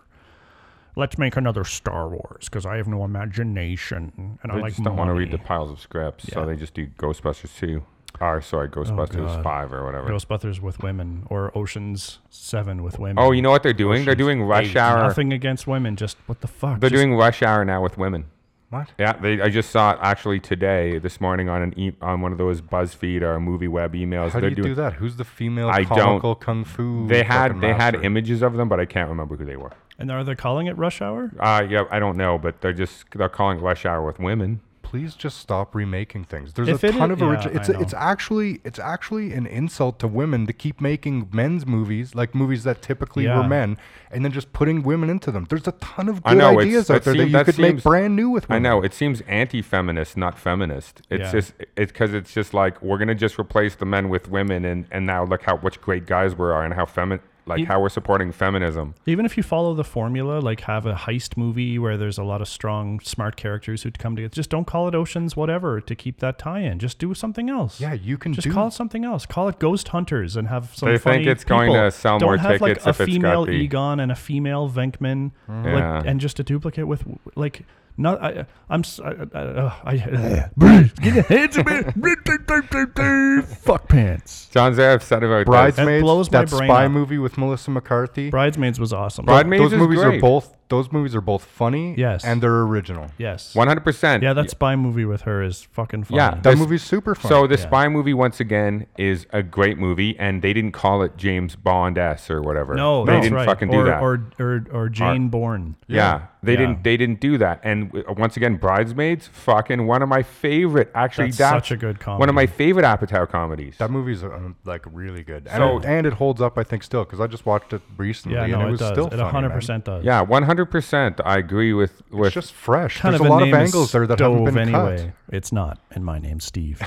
[SPEAKER 1] Let's make another Star Wars because I have no imagination and I
[SPEAKER 2] They
[SPEAKER 1] like
[SPEAKER 2] just don't want to read the
[SPEAKER 1] money."
[SPEAKER 2] piles of scripts, so
[SPEAKER 1] Yeah. Oh,
[SPEAKER 2] they just do Ghostbusters two, or sorry, Ghostbusters
[SPEAKER 1] God.
[SPEAKER 2] five or whatever.
[SPEAKER 1] Ghostbusters with women or Ocean's Seven with women.
[SPEAKER 2] oh, you know what they're doing? They're doing Rush Hour.
[SPEAKER 1] nothing against women, just what the fuck?
[SPEAKER 2] They're
[SPEAKER 1] Just-
[SPEAKER 2] doing Rush Hour now with women.
[SPEAKER 3] What?
[SPEAKER 2] Yeah, they, I just saw it actually today, this morning on an e- on one of those BuzzFeed or Movie Web emails.
[SPEAKER 3] How do
[SPEAKER 2] they're
[SPEAKER 3] you
[SPEAKER 2] doing,
[SPEAKER 3] do that? Who's the female
[SPEAKER 2] I don't-
[SPEAKER 3] comical kung fu?
[SPEAKER 2] They had
[SPEAKER 3] fucking
[SPEAKER 2] they had
[SPEAKER 3] master?
[SPEAKER 2] images of them, but I can't remember who they were.
[SPEAKER 1] And are they calling it rush hour?
[SPEAKER 2] Uh, yeah, I don't know, but they're just they're calling it Rush Hour with women.
[SPEAKER 3] Please just stop remaking things. There's
[SPEAKER 1] If
[SPEAKER 3] a
[SPEAKER 1] it
[SPEAKER 3] ton
[SPEAKER 1] is-
[SPEAKER 3] of original.
[SPEAKER 1] yeah,
[SPEAKER 3] it's
[SPEAKER 1] I know.
[SPEAKER 3] it's actually it's actually an insult to women to keep making men's movies like movies that typically
[SPEAKER 1] Yeah.
[SPEAKER 3] were men, and then just putting women into them. There's a ton of good
[SPEAKER 2] I know, it's-
[SPEAKER 3] ideas
[SPEAKER 2] that
[SPEAKER 3] out there
[SPEAKER 2] seem-
[SPEAKER 3] that you
[SPEAKER 2] that
[SPEAKER 3] could
[SPEAKER 2] seems-
[SPEAKER 3] make brand new with.
[SPEAKER 2] I
[SPEAKER 3] Women.
[SPEAKER 2] know it seems anti-feminist, not feminist. It's
[SPEAKER 1] Yeah.
[SPEAKER 2] just it's because it's just like we're gonna just replace the men with women, and and now look how much great guys we are, and how femin like how we're supporting feminism.
[SPEAKER 1] Even if you follow the formula, like have a heist movie where there's a lot of strong, smart characters who'd come together, just don't call it Oceans, whatever, to keep that tie in. Just do something else.
[SPEAKER 3] Yeah, you can
[SPEAKER 1] Just
[SPEAKER 3] do
[SPEAKER 1] call it something else. Call it Ghost Hunters and have some.
[SPEAKER 2] They think
[SPEAKER 1] funny
[SPEAKER 2] it's going
[SPEAKER 1] people.
[SPEAKER 2] to sell
[SPEAKER 1] Don't
[SPEAKER 2] more
[SPEAKER 1] have
[SPEAKER 2] tickets
[SPEAKER 1] like
[SPEAKER 2] if
[SPEAKER 1] a
[SPEAKER 2] it's got
[SPEAKER 1] female
[SPEAKER 2] the- Mm.
[SPEAKER 1] Egon and a female Venkman,
[SPEAKER 2] Yeah.
[SPEAKER 1] like, and just a duplicate with like. Not I, I'm s- I, I, uh, I fuck pants.
[SPEAKER 2] John's very upset about this.
[SPEAKER 3] Bridesmaids.
[SPEAKER 1] blows my
[SPEAKER 3] that
[SPEAKER 1] brain
[SPEAKER 3] spy
[SPEAKER 1] up.
[SPEAKER 3] movie with Melissa McCarthy.
[SPEAKER 1] Bridesmaids was awesome.
[SPEAKER 2] Bridesmaids
[SPEAKER 3] Those
[SPEAKER 2] is
[SPEAKER 3] movies
[SPEAKER 2] great.
[SPEAKER 3] are both those movies are both funny
[SPEAKER 1] Yes.
[SPEAKER 3] and they're original.
[SPEAKER 1] Yes.
[SPEAKER 2] 100%.
[SPEAKER 1] Yeah, that spy movie with her is fucking funny.
[SPEAKER 2] Yeah,
[SPEAKER 3] That
[SPEAKER 2] This-
[SPEAKER 3] movie's super funny.
[SPEAKER 2] So the spy movie once again is a great movie, and they didn't call it James Bond S or whatever.
[SPEAKER 1] No,
[SPEAKER 2] they
[SPEAKER 1] that's
[SPEAKER 2] didn't
[SPEAKER 1] right.
[SPEAKER 2] fucking do
[SPEAKER 1] or,
[SPEAKER 2] that.
[SPEAKER 1] Or or or Jane Bourne.
[SPEAKER 2] yeah. they didn't. They didn't do that. And w- once again, Bridesmaids, fucking one of my favorite. Actually,
[SPEAKER 1] That's
[SPEAKER 2] that's
[SPEAKER 1] such a good
[SPEAKER 2] One
[SPEAKER 1] comedy.
[SPEAKER 2] of my favorite Apatow comedies.
[SPEAKER 3] that movie's um, like really good, and,
[SPEAKER 2] So-
[SPEAKER 3] it, and it holds up, I think, still because I just watched it recently
[SPEAKER 1] Yeah,
[SPEAKER 3] and
[SPEAKER 1] no,
[SPEAKER 3] it
[SPEAKER 1] it,
[SPEAKER 3] was
[SPEAKER 1] does.
[SPEAKER 3] still
[SPEAKER 1] it
[SPEAKER 3] funny, man.
[SPEAKER 1] 100% does.
[SPEAKER 2] yeah, one hundred percent. I agree with with
[SPEAKER 3] It's just fresh.
[SPEAKER 1] Kind
[SPEAKER 3] There's
[SPEAKER 1] of
[SPEAKER 3] a lot
[SPEAKER 1] name
[SPEAKER 3] of
[SPEAKER 1] is
[SPEAKER 3] angles there that haven't
[SPEAKER 1] Dove
[SPEAKER 3] been
[SPEAKER 1] anyway.
[SPEAKER 3] cut.
[SPEAKER 1] It's not, and my name's Steve.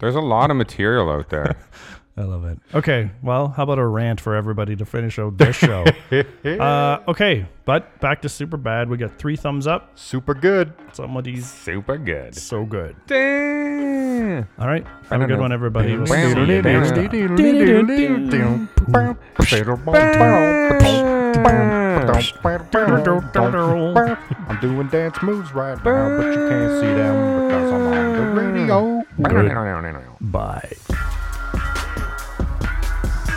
[SPEAKER 2] There's a lot of material out there.
[SPEAKER 1] I love it. Okay, well, how about a rant for everybody to finish out this show? uh, okay, but back to super bad. We got three thumbs up.
[SPEAKER 3] Super good.
[SPEAKER 1] Somebody's
[SPEAKER 2] Super good.
[SPEAKER 1] so good.
[SPEAKER 2] Damn.
[SPEAKER 1] All right, have a good one, everybody. We'll see you next time.
[SPEAKER 3] I'm doing dance moves right now, but you can't see them because I'm on the radio.
[SPEAKER 1] Bye.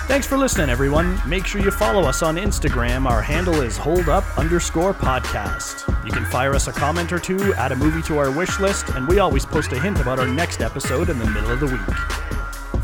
[SPEAKER 1] Thanks for listening, everyone. Make sure you follow us on Instagram. Our handle is holdup underscore podcast. You can fire us a comment or two, add a movie to our wish list, and we always post a hint about our next episode in the middle of the week.